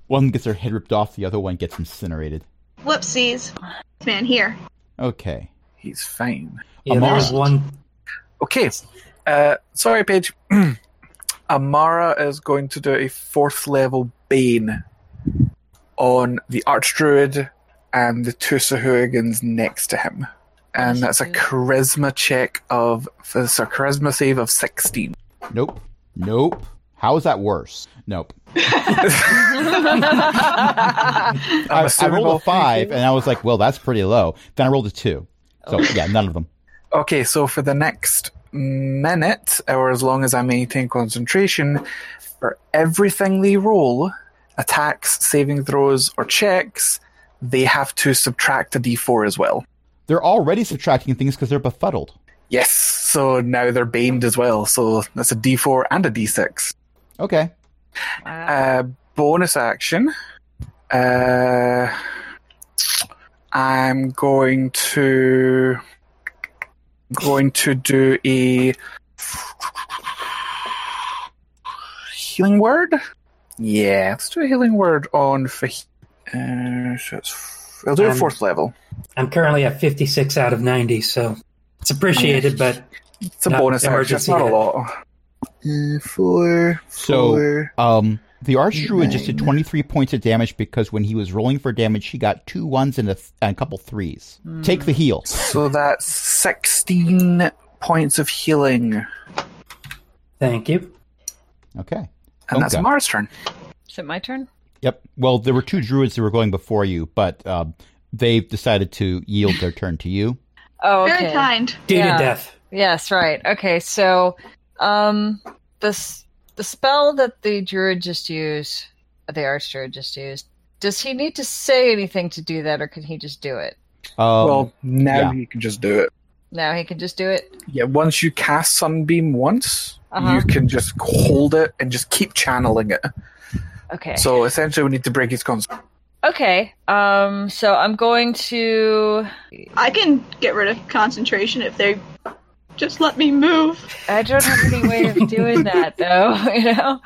[SPEAKER 1] One gets their head ripped off, the other one gets incinerated.
[SPEAKER 2] Whoopsies. Man, here.
[SPEAKER 1] Okay.
[SPEAKER 4] He's fine.
[SPEAKER 5] Yeah, there was
[SPEAKER 1] Amara.
[SPEAKER 5] one.
[SPEAKER 4] Okay. Uh, sorry, Paige. Amara is going to do a fourth level Bane on the Archdruid and the two Sahuagans next to him. And that's a charisma check of. It's a charisma save of 16.
[SPEAKER 1] Nope. Nope. How is that worse? Nope. I, I
[SPEAKER 4] assuming
[SPEAKER 1] rolled
[SPEAKER 4] all
[SPEAKER 1] a five, and I was like, "Well, that's pretty low." Then I rolled a two.
[SPEAKER 3] Oh.
[SPEAKER 1] So yeah, none of them.
[SPEAKER 4] Okay, so for the next minute, or as long as I maintain concentration, for everything they roll, attacks, saving throws, or checks, they have to subtract a d4 as well.
[SPEAKER 1] They're already subtracting things because they're befuddled.
[SPEAKER 4] Yes, so now they're baned as well, so that's a d4 and a d6.
[SPEAKER 1] Okay.
[SPEAKER 3] Wow.
[SPEAKER 4] Uh, bonus action. Uh, I'm going to going to do a healing word. Yeah, let's do a healing word on for. Uh, so it's, I'll do a
[SPEAKER 5] Um,
[SPEAKER 4] fourth level.
[SPEAKER 5] I'm currently at 56 out of 90, so it's appreciated, but
[SPEAKER 4] It's a
[SPEAKER 5] no,
[SPEAKER 4] bonus action. It's
[SPEAKER 5] emergency
[SPEAKER 4] not a
[SPEAKER 5] hit.
[SPEAKER 4] lot. Uh, four,
[SPEAKER 1] So-
[SPEAKER 4] four.
[SPEAKER 1] Um, the archdruid just did twenty-three points of damage because when he was rolling for damage, he got two ones and a, th- and a couple threes. Take
[SPEAKER 3] Hmm.
[SPEAKER 1] the heal.
[SPEAKER 4] So that's sixteen points of healing.
[SPEAKER 5] thank you.
[SPEAKER 1] Okay.
[SPEAKER 4] And that's
[SPEAKER 1] Okay.
[SPEAKER 4] Mars' turn.
[SPEAKER 3] Is it my turn?
[SPEAKER 1] Yep. Well, there were two druids that were going before you, but um, they've decided to yield their turn to you.
[SPEAKER 3] Oh, okay.
[SPEAKER 2] Very kind.
[SPEAKER 5] Due
[SPEAKER 3] Yeah.
[SPEAKER 5] to death.
[SPEAKER 3] Yes, right. Okay, so um this the spell that the druid just used, uh, the archdruid just used, does he need to say anything to do that or can he just do it?
[SPEAKER 1] Um,
[SPEAKER 4] well, now
[SPEAKER 1] yeah.
[SPEAKER 4] you can just do it.
[SPEAKER 3] Now he can just do it?
[SPEAKER 4] Yeah, once you cast Sunbeam once,
[SPEAKER 3] Uh-huh.
[SPEAKER 4] you can just hold it and just keep channeling it.
[SPEAKER 3] Okay.
[SPEAKER 4] So essentially, we need to break his concentration.
[SPEAKER 3] Okay. Um so I'm going to
[SPEAKER 2] I can get rid of concentration if they just let me move.
[SPEAKER 3] I don't have any way of doing that though, you know.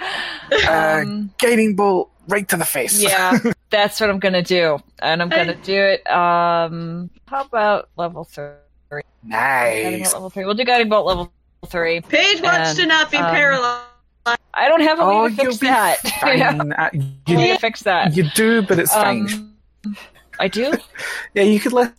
[SPEAKER 4] Uh,
[SPEAKER 3] Um,
[SPEAKER 4] Guiding Bolt right to the face.
[SPEAKER 3] yeah, that's what I'm gonna do, and I'm gonna do it. Um, how about level three? Guiding bolt
[SPEAKER 4] Nice.
[SPEAKER 3] level three. We'll do guiding bolt level three.
[SPEAKER 2] Paige wants
[SPEAKER 3] And,
[SPEAKER 2] to not be
[SPEAKER 3] um,
[SPEAKER 2] paralyzed.
[SPEAKER 3] I don't have a way
[SPEAKER 4] Oh,
[SPEAKER 3] to
[SPEAKER 4] you'll
[SPEAKER 3] fix
[SPEAKER 4] be
[SPEAKER 3] that. I don't have
[SPEAKER 4] fine. Uh,
[SPEAKER 3] a way
[SPEAKER 4] you,
[SPEAKER 3] to fix that.
[SPEAKER 4] you do, but it's fine.
[SPEAKER 3] Um, I do.
[SPEAKER 4] Yeah, you could let.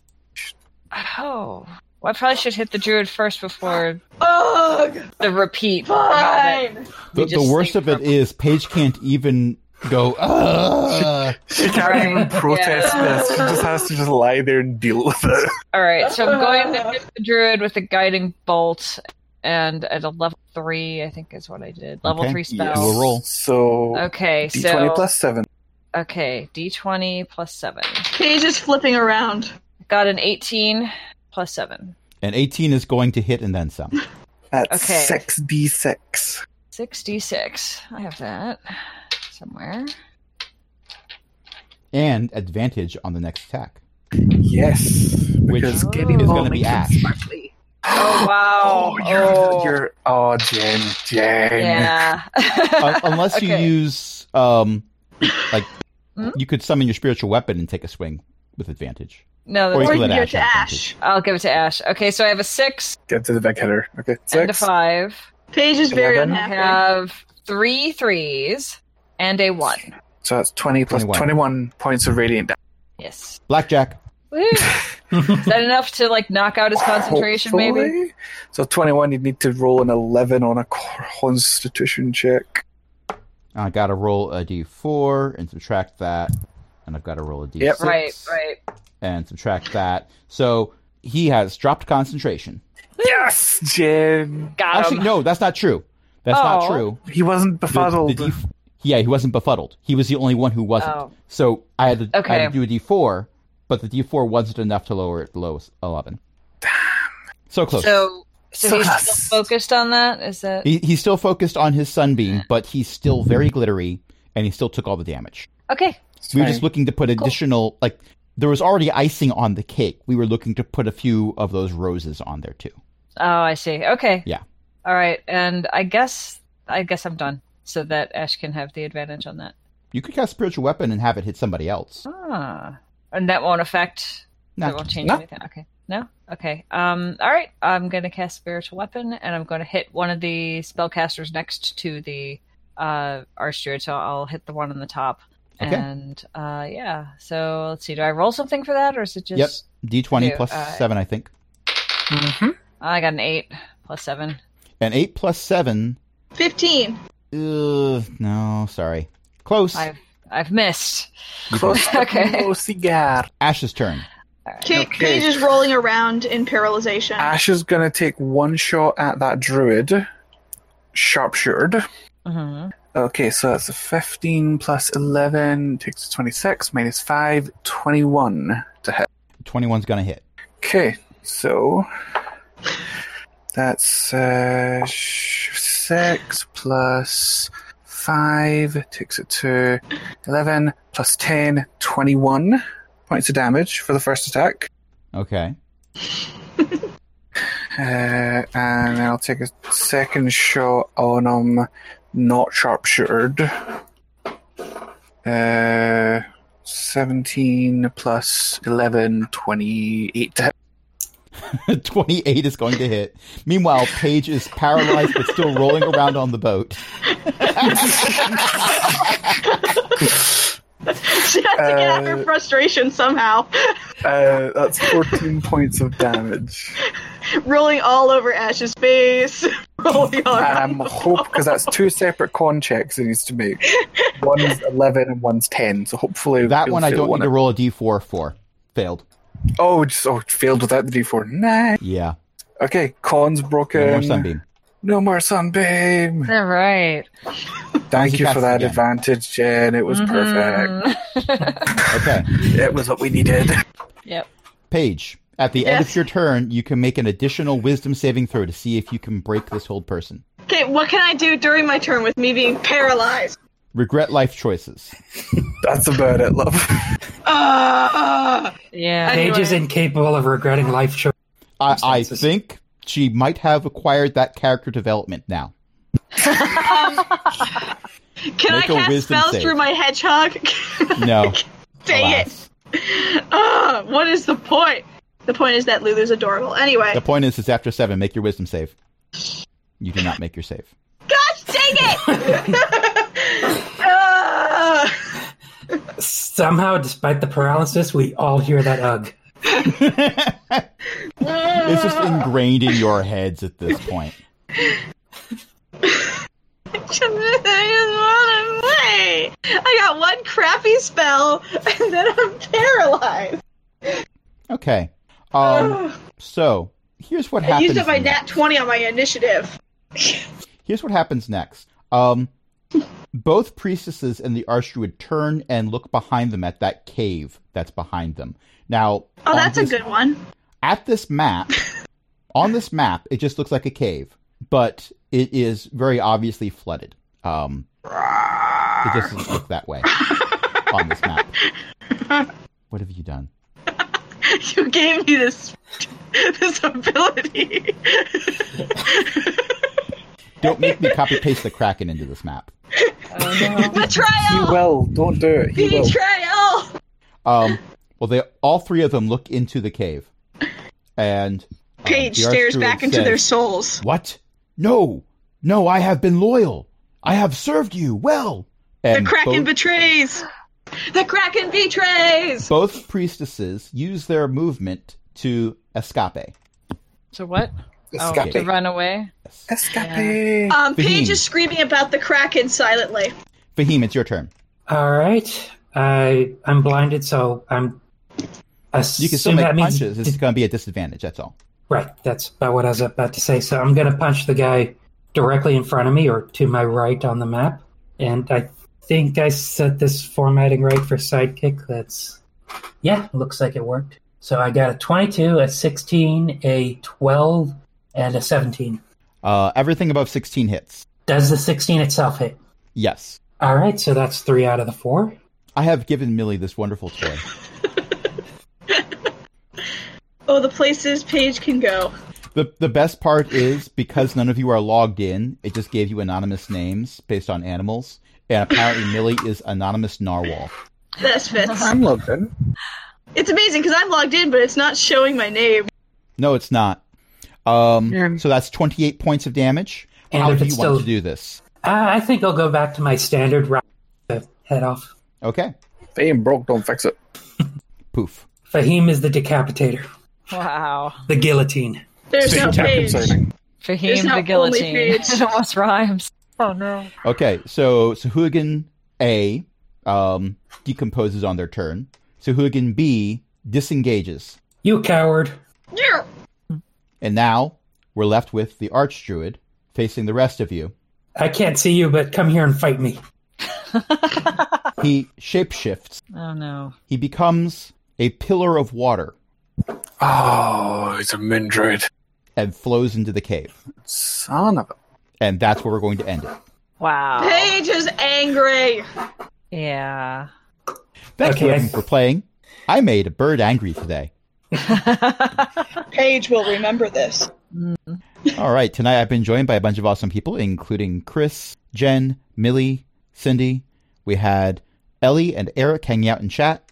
[SPEAKER 3] Oh, well, I probably should hit the druid first before
[SPEAKER 2] Ugh,
[SPEAKER 3] the repeat. about it.
[SPEAKER 2] Oh, fine.
[SPEAKER 1] The,
[SPEAKER 3] We
[SPEAKER 1] the
[SPEAKER 3] just
[SPEAKER 1] worst of
[SPEAKER 3] think
[SPEAKER 1] it
[SPEAKER 3] from-
[SPEAKER 1] is Paige can't even go. "Ugh."
[SPEAKER 4] She can't even
[SPEAKER 3] Right.
[SPEAKER 4] protest
[SPEAKER 2] Yeah.
[SPEAKER 4] this. She just has to just lie there and deal with it.
[SPEAKER 3] All right, so I'm going to hit the druid with a guiding bolt, and at a level three, I think is what I did. Level
[SPEAKER 1] Okay.
[SPEAKER 3] three
[SPEAKER 1] Yeah.
[SPEAKER 3] spell.
[SPEAKER 1] We'll roll.
[SPEAKER 4] So
[SPEAKER 3] Okay,
[SPEAKER 4] D
[SPEAKER 3] so
[SPEAKER 4] twenty plus seven.
[SPEAKER 3] okay, d20 plus seven.
[SPEAKER 2] Paige is flipping around.
[SPEAKER 3] Got an 18 plus seven.
[SPEAKER 1] and 18 is going to hit and then some.
[SPEAKER 4] That's
[SPEAKER 3] Okay.
[SPEAKER 4] six D six.
[SPEAKER 3] 66. I have that somewhere.
[SPEAKER 1] And advantage on the next attack.
[SPEAKER 4] Yes.
[SPEAKER 1] Which
[SPEAKER 4] Because
[SPEAKER 1] is
[SPEAKER 4] getting
[SPEAKER 3] is
[SPEAKER 1] going
[SPEAKER 4] all
[SPEAKER 1] to be
[SPEAKER 4] mixed up
[SPEAKER 1] Ash.
[SPEAKER 4] smartly.
[SPEAKER 3] Oh wow!
[SPEAKER 4] Oh, you're,
[SPEAKER 3] Oh,
[SPEAKER 4] you're oh Jen, Jen.
[SPEAKER 3] yeah.
[SPEAKER 1] Un- Uh, unless you
[SPEAKER 3] Okay.
[SPEAKER 1] use, um, like,
[SPEAKER 3] Hmm?
[SPEAKER 1] you could summon your spiritual weapon and take a swing with advantage. Or
[SPEAKER 3] no, that's,
[SPEAKER 1] you
[SPEAKER 2] Or
[SPEAKER 1] can
[SPEAKER 2] you
[SPEAKER 1] let
[SPEAKER 2] can go
[SPEAKER 1] Ash
[SPEAKER 2] to
[SPEAKER 1] have
[SPEAKER 2] Ash.
[SPEAKER 3] I'll give it to Ash. Okay, so I have a six
[SPEAKER 4] Get to the big hitter. Okay,
[SPEAKER 3] and a
[SPEAKER 4] six.
[SPEAKER 3] five.
[SPEAKER 2] Paige is very
[SPEAKER 4] Eleven.
[SPEAKER 3] I
[SPEAKER 2] unhappy.
[SPEAKER 3] have three threes and a one.
[SPEAKER 4] So that's twenty plus
[SPEAKER 1] 21.
[SPEAKER 4] 21. points of radiant. damage.
[SPEAKER 3] Yes.
[SPEAKER 1] Blackjack.
[SPEAKER 3] Woo. Is that enough to like knock out his concentration? Maybe.
[SPEAKER 4] Hopefully. So twenty-one, you'd need to roll an eleven on a constitution check.
[SPEAKER 1] I got to roll a d4 and subtract that. And I've got to roll a d6.
[SPEAKER 4] Yep.
[SPEAKER 3] Right. Right.
[SPEAKER 1] And subtract that. So he has dropped concentration.
[SPEAKER 4] Yes, Jen.
[SPEAKER 3] Got
[SPEAKER 1] Actually,
[SPEAKER 3] him.
[SPEAKER 1] no, that's not true. That's not
[SPEAKER 3] Oh.
[SPEAKER 1] true.
[SPEAKER 4] He wasn't
[SPEAKER 1] The- the
[SPEAKER 4] befuddled.
[SPEAKER 1] D4 yeah, he wasn't befuddled. He was the only one who wasn't.
[SPEAKER 3] Oh.
[SPEAKER 1] So I had, to, I
[SPEAKER 3] Okay.
[SPEAKER 1] had to do a D4, but the D4 wasn't enough to lower it below 11. So close.
[SPEAKER 3] So, so,
[SPEAKER 4] So
[SPEAKER 3] he's
[SPEAKER 4] close.
[SPEAKER 3] still focused on that. Is that
[SPEAKER 1] he, he's still focused on his sunbeam, but he's still very
[SPEAKER 3] Mm-hmm.
[SPEAKER 1] glittery, and he still took all the damage.
[SPEAKER 3] okay?
[SPEAKER 4] It's
[SPEAKER 1] We were
[SPEAKER 4] fine.
[SPEAKER 1] just looking to put additional, like, there was already icing on the cake. We were looking to put a few of those roses on there, too.
[SPEAKER 3] Oh, I see. Okay.
[SPEAKER 1] Yeah.
[SPEAKER 3] All right, and I guess I guess I'm done, so that Ash can have the advantage on that.
[SPEAKER 1] You could cast Spiritual Weapon and have it hit somebody else.
[SPEAKER 3] Ah, and that won't affect. That
[SPEAKER 1] No.
[SPEAKER 3] won't change
[SPEAKER 1] No.
[SPEAKER 3] anything. Okay. No. Okay. Um. All right. I'm gonna cast spiritual weapon, and I'm gonna hit one of the spellcasters next to the uh archdruid. So I'll hit the one on the top.
[SPEAKER 1] Okay.
[SPEAKER 3] And uh, yeah. So let's see. Do I roll something for that, or is it just?
[SPEAKER 1] Yep. D20
[SPEAKER 3] Two,
[SPEAKER 1] plus
[SPEAKER 3] uh,
[SPEAKER 1] 7, I think.
[SPEAKER 4] Mhm.
[SPEAKER 3] I got an eight plus seven.
[SPEAKER 1] And 8 plus 7.
[SPEAKER 2] Fifteen.
[SPEAKER 1] Ugh, no, sorry. Close.
[SPEAKER 3] I've I've missed.
[SPEAKER 4] Close to
[SPEAKER 3] Okay.
[SPEAKER 4] no cigar.
[SPEAKER 1] Ash's turn.
[SPEAKER 2] Ca-
[SPEAKER 4] Okay.
[SPEAKER 2] Paige is rolling around in paralyzation.
[SPEAKER 4] Ash is going to take one shot at that druid, sharpshooted.
[SPEAKER 3] hmm
[SPEAKER 4] Okay, so that's a 15 plus 11, takes to 26, minus 5, 21 to hit.
[SPEAKER 1] 21's going to hit.
[SPEAKER 4] Okay, so that's uh, sh- 6 plus 5, takes it to 11, plus 10, 21 points of damage for the first attack.
[SPEAKER 1] Okay.
[SPEAKER 4] Uh, and I'll take a second shot on him, not sharpshooted. Uh, 17 plus 11, 28.
[SPEAKER 1] 28 is going to hit. Meanwhile, Paige is paralyzed but still rolling around on the boat.
[SPEAKER 2] she has to get out her
[SPEAKER 4] Uh,
[SPEAKER 2] frustration somehow,
[SPEAKER 4] Uh, that's 14 points of damage.
[SPEAKER 2] rolling all over Ash's face, rolling all
[SPEAKER 4] And
[SPEAKER 2] around.
[SPEAKER 4] I'm Um, hope because that's two separate con checks he needs to make. One's 11 and one's 10. So hopefully
[SPEAKER 1] That
[SPEAKER 4] he'll
[SPEAKER 1] one I
[SPEAKER 4] fail
[SPEAKER 1] don't
[SPEAKER 4] one
[SPEAKER 1] need to
[SPEAKER 4] of-
[SPEAKER 1] roll a d4 for. Failed.
[SPEAKER 4] Oh, just oh, failed without the d4. Nah.
[SPEAKER 1] Yeah.
[SPEAKER 4] Okay, con's broken.
[SPEAKER 1] One more sunbeam.
[SPEAKER 4] No more sunbeam.
[SPEAKER 3] All right.
[SPEAKER 4] Thank
[SPEAKER 1] How's
[SPEAKER 4] you
[SPEAKER 1] your
[SPEAKER 4] for
[SPEAKER 1] cast
[SPEAKER 4] that
[SPEAKER 1] again?
[SPEAKER 4] advantage, Jen. It was perfect.
[SPEAKER 3] perfect.
[SPEAKER 1] Okay.
[SPEAKER 4] It was what we needed.
[SPEAKER 3] yep.
[SPEAKER 1] Paige, at the end of
[SPEAKER 2] Yes.
[SPEAKER 1] your turn, you can make an additional wisdom saving throw to see if you can break this hold person.
[SPEAKER 2] Okay, what can I do during my turn with me being paralyzed?
[SPEAKER 1] Regret life choices.
[SPEAKER 4] That's about it, love.
[SPEAKER 2] Uh,
[SPEAKER 3] Yeah.
[SPEAKER 2] Hey,
[SPEAKER 5] Paige is
[SPEAKER 2] Anyway.
[SPEAKER 5] incapable of regretting life choices.
[SPEAKER 1] I, I
[SPEAKER 5] Circumstances.
[SPEAKER 1] think she might have acquired that character development now.
[SPEAKER 2] can
[SPEAKER 1] Make a
[SPEAKER 2] I cast
[SPEAKER 1] wisdom
[SPEAKER 2] spells
[SPEAKER 1] save.
[SPEAKER 2] through my hedgehog?
[SPEAKER 1] No.
[SPEAKER 2] Dang
[SPEAKER 1] alas.
[SPEAKER 2] it! Uh, what is the point? The point is that Lulu's adorable. Anyway,
[SPEAKER 1] The point is, it's after seven. Make your wisdom save. You do not make your save.
[SPEAKER 2] gosh dang it! Ah.
[SPEAKER 5] Somehow, despite the paralysis, we all hear that ugh.
[SPEAKER 1] it's just ingrained in your heads at this point.
[SPEAKER 2] I just want to play. I got one crappy spell, and then I'm paralyzed.
[SPEAKER 1] Okay. Um, so here's what
[SPEAKER 2] I
[SPEAKER 1] happens.
[SPEAKER 2] used up my
[SPEAKER 1] next.
[SPEAKER 2] nat 20 on my initiative.
[SPEAKER 1] Here's what happens next. Um, both priestesses and the archdruid turn and look behind them at that cave that's behind them. Now,
[SPEAKER 2] Oh,
[SPEAKER 1] on
[SPEAKER 2] that's a
[SPEAKER 1] this-
[SPEAKER 2] good one.
[SPEAKER 1] at this map, on this map, it just looks like a cave, but it is very obviously flooded. Um, it just doesn't look that way on this map. What have you done?
[SPEAKER 2] You gave me this this ability.
[SPEAKER 1] Don't make me copy paste the Kraken into this map.
[SPEAKER 3] Uh-huh.
[SPEAKER 4] He
[SPEAKER 2] Betrayal!
[SPEAKER 4] will. Don't do it. He will.
[SPEAKER 2] Betrayal!
[SPEAKER 1] Um, well, they all three of them look into the cave, and uh,
[SPEAKER 2] Paige
[SPEAKER 1] the
[SPEAKER 2] stares
[SPEAKER 1] Archdruid
[SPEAKER 2] back into their
[SPEAKER 1] says,
[SPEAKER 2] souls.
[SPEAKER 1] What? No, no! I have been loyal. I have served you well.
[SPEAKER 2] The
[SPEAKER 1] And
[SPEAKER 2] Kraken
[SPEAKER 1] both-
[SPEAKER 2] betrays! The Kraken betrays!
[SPEAKER 1] both priestesses use their movement to escape.
[SPEAKER 3] So what? Oh,
[SPEAKER 4] Escape.
[SPEAKER 3] to run away.
[SPEAKER 4] Escape.
[SPEAKER 2] Um, Paige
[SPEAKER 1] Fahim.
[SPEAKER 2] is screaming about the Kraken silently.
[SPEAKER 1] Fahim, it's your turn.
[SPEAKER 5] All right, I I'm blinded, so I'm.
[SPEAKER 1] You can still
[SPEAKER 5] assume
[SPEAKER 1] make
[SPEAKER 5] that means-
[SPEAKER 1] punches. It's going to be a disadvantage. That's all.
[SPEAKER 5] Right, that's about what I was about to say. So I'm going to punch the guy directly in front of me or to my right on the map. And I think I set this formatting right for sidekick. That's, yeah, looks like it worked. So I got a 22, a 16, a 12, and a 17.
[SPEAKER 1] Uh, everything above sixteen hits.
[SPEAKER 5] Does the 16 itself hit?
[SPEAKER 1] Yes,
[SPEAKER 5] All right, so that's three out of the four.
[SPEAKER 1] I have given Millie this wonderful toy.
[SPEAKER 2] Oh, the places Paige can go.
[SPEAKER 1] The the best part is because none of you are logged in, it just gave you anonymous names based on animals. And apparently Millie is anonymous narwhal.
[SPEAKER 2] That's fits.
[SPEAKER 4] I'm logged in.
[SPEAKER 2] It's amazing because I'm logged in, but it's not showing my name.
[SPEAKER 1] No, it's not. Um,
[SPEAKER 4] Yeah.
[SPEAKER 1] so that's twenty eight points of damage.
[SPEAKER 5] And
[SPEAKER 1] How
[SPEAKER 5] if
[SPEAKER 1] do you
[SPEAKER 5] it's
[SPEAKER 1] want
[SPEAKER 5] still-
[SPEAKER 1] to do this?
[SPEAKER 5] Uh, I think I'll go back to my standard route to head off.
[SPEAKER 1] Okay.
[SPEAKER 4] If it ain't broke, don't fix it.
[SPEAKER 1] Poof.
[SPEAKER 5] Fahim is the decapitator,
[SPEAKER 3] Wow.
[SPEAKER 5] the guillotine.
[SPEAKER 2] There's no
[SPEAKER 4] Not
[SPEAKER 2] Paige.
[SPEAKER 4] concerning.
[SPEAKER 2] There's
[SPEAKER 3] Fahim
[SPEAKER 2] no
[SPEAKER 3] the guillotine.
[SPEAKER 2] only page.
[SPEAKER 3] it almost rhymes. Oh no.
[SPEAKER 1] Okay, so Suhugan A um, decomposes on their turn. Suhugan B disengages.
[SPEAKER 5] You coward.
[SPEAKER 2] Yeah.
[SPEAKER 1] And now we're left with the Archdruid facing the rest of you.
[SPEAKER 5] I can't see you, but come here and fight me.
[SPEAKER 1] He shapeshifts.
[SPEAKER 3] Oh no.
[SPEAKER 1] He becomes a pillar of water
[SPEAKER 4] Oh, it's a Mindroid.
[SPEAKER 1] and flows into the cave.
[SPEAKER 4] Son of a.
[SPEAKER 1] And that's where we're going to end it.
[SPEAKER 3] Wow.
[SPEAKER 2] Paige is angry.
[SPEAKER 3] Yeah.
[SPEAKER 1] Thank you
[SPEAKER 5] Okay.
[SPEAKER 1] everyone for playing. I made a bird angry today.
[SPEAKER 2] Paige will remember this.
[SPEAKER 1] All right, tonight I've been joined by a bunch of awesome people, including Chris, Jen, Millie, Cindy. We had Ellie and Eric hanging out in chat.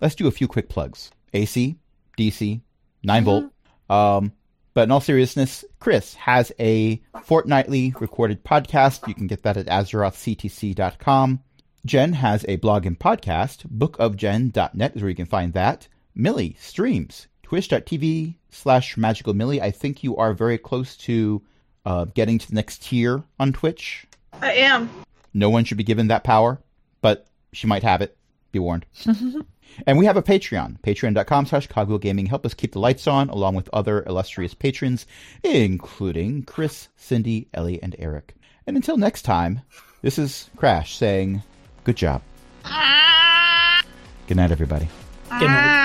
[SPEAKER 1] Let's do a few quick plugs AC, DC, 9 volt. Um, but in all seriousness, Chris has a fortnightly recorded podcast. You can get that at azerothctc.com. Jen has a blog and podcast. Bookofjen.net is where you can find that. Millie streams twitch.tv slash magical Millie. I think you are very close to uh, getting to the next tier on Twitch.
[SPEAKER 2] I am.
[SPEAKER 1] No one should be given that power, but she might have it. Be warned. and we have a Patreon, patreon.com slash Cogwheel Gaming. Help us keep the lights on, along with other illustrious patrons, including Chris, Cindy, Ellie, and Eric. And until next time, this is Crash saying, good job. Good night, everybody.
[SPEAKER 5] Good night.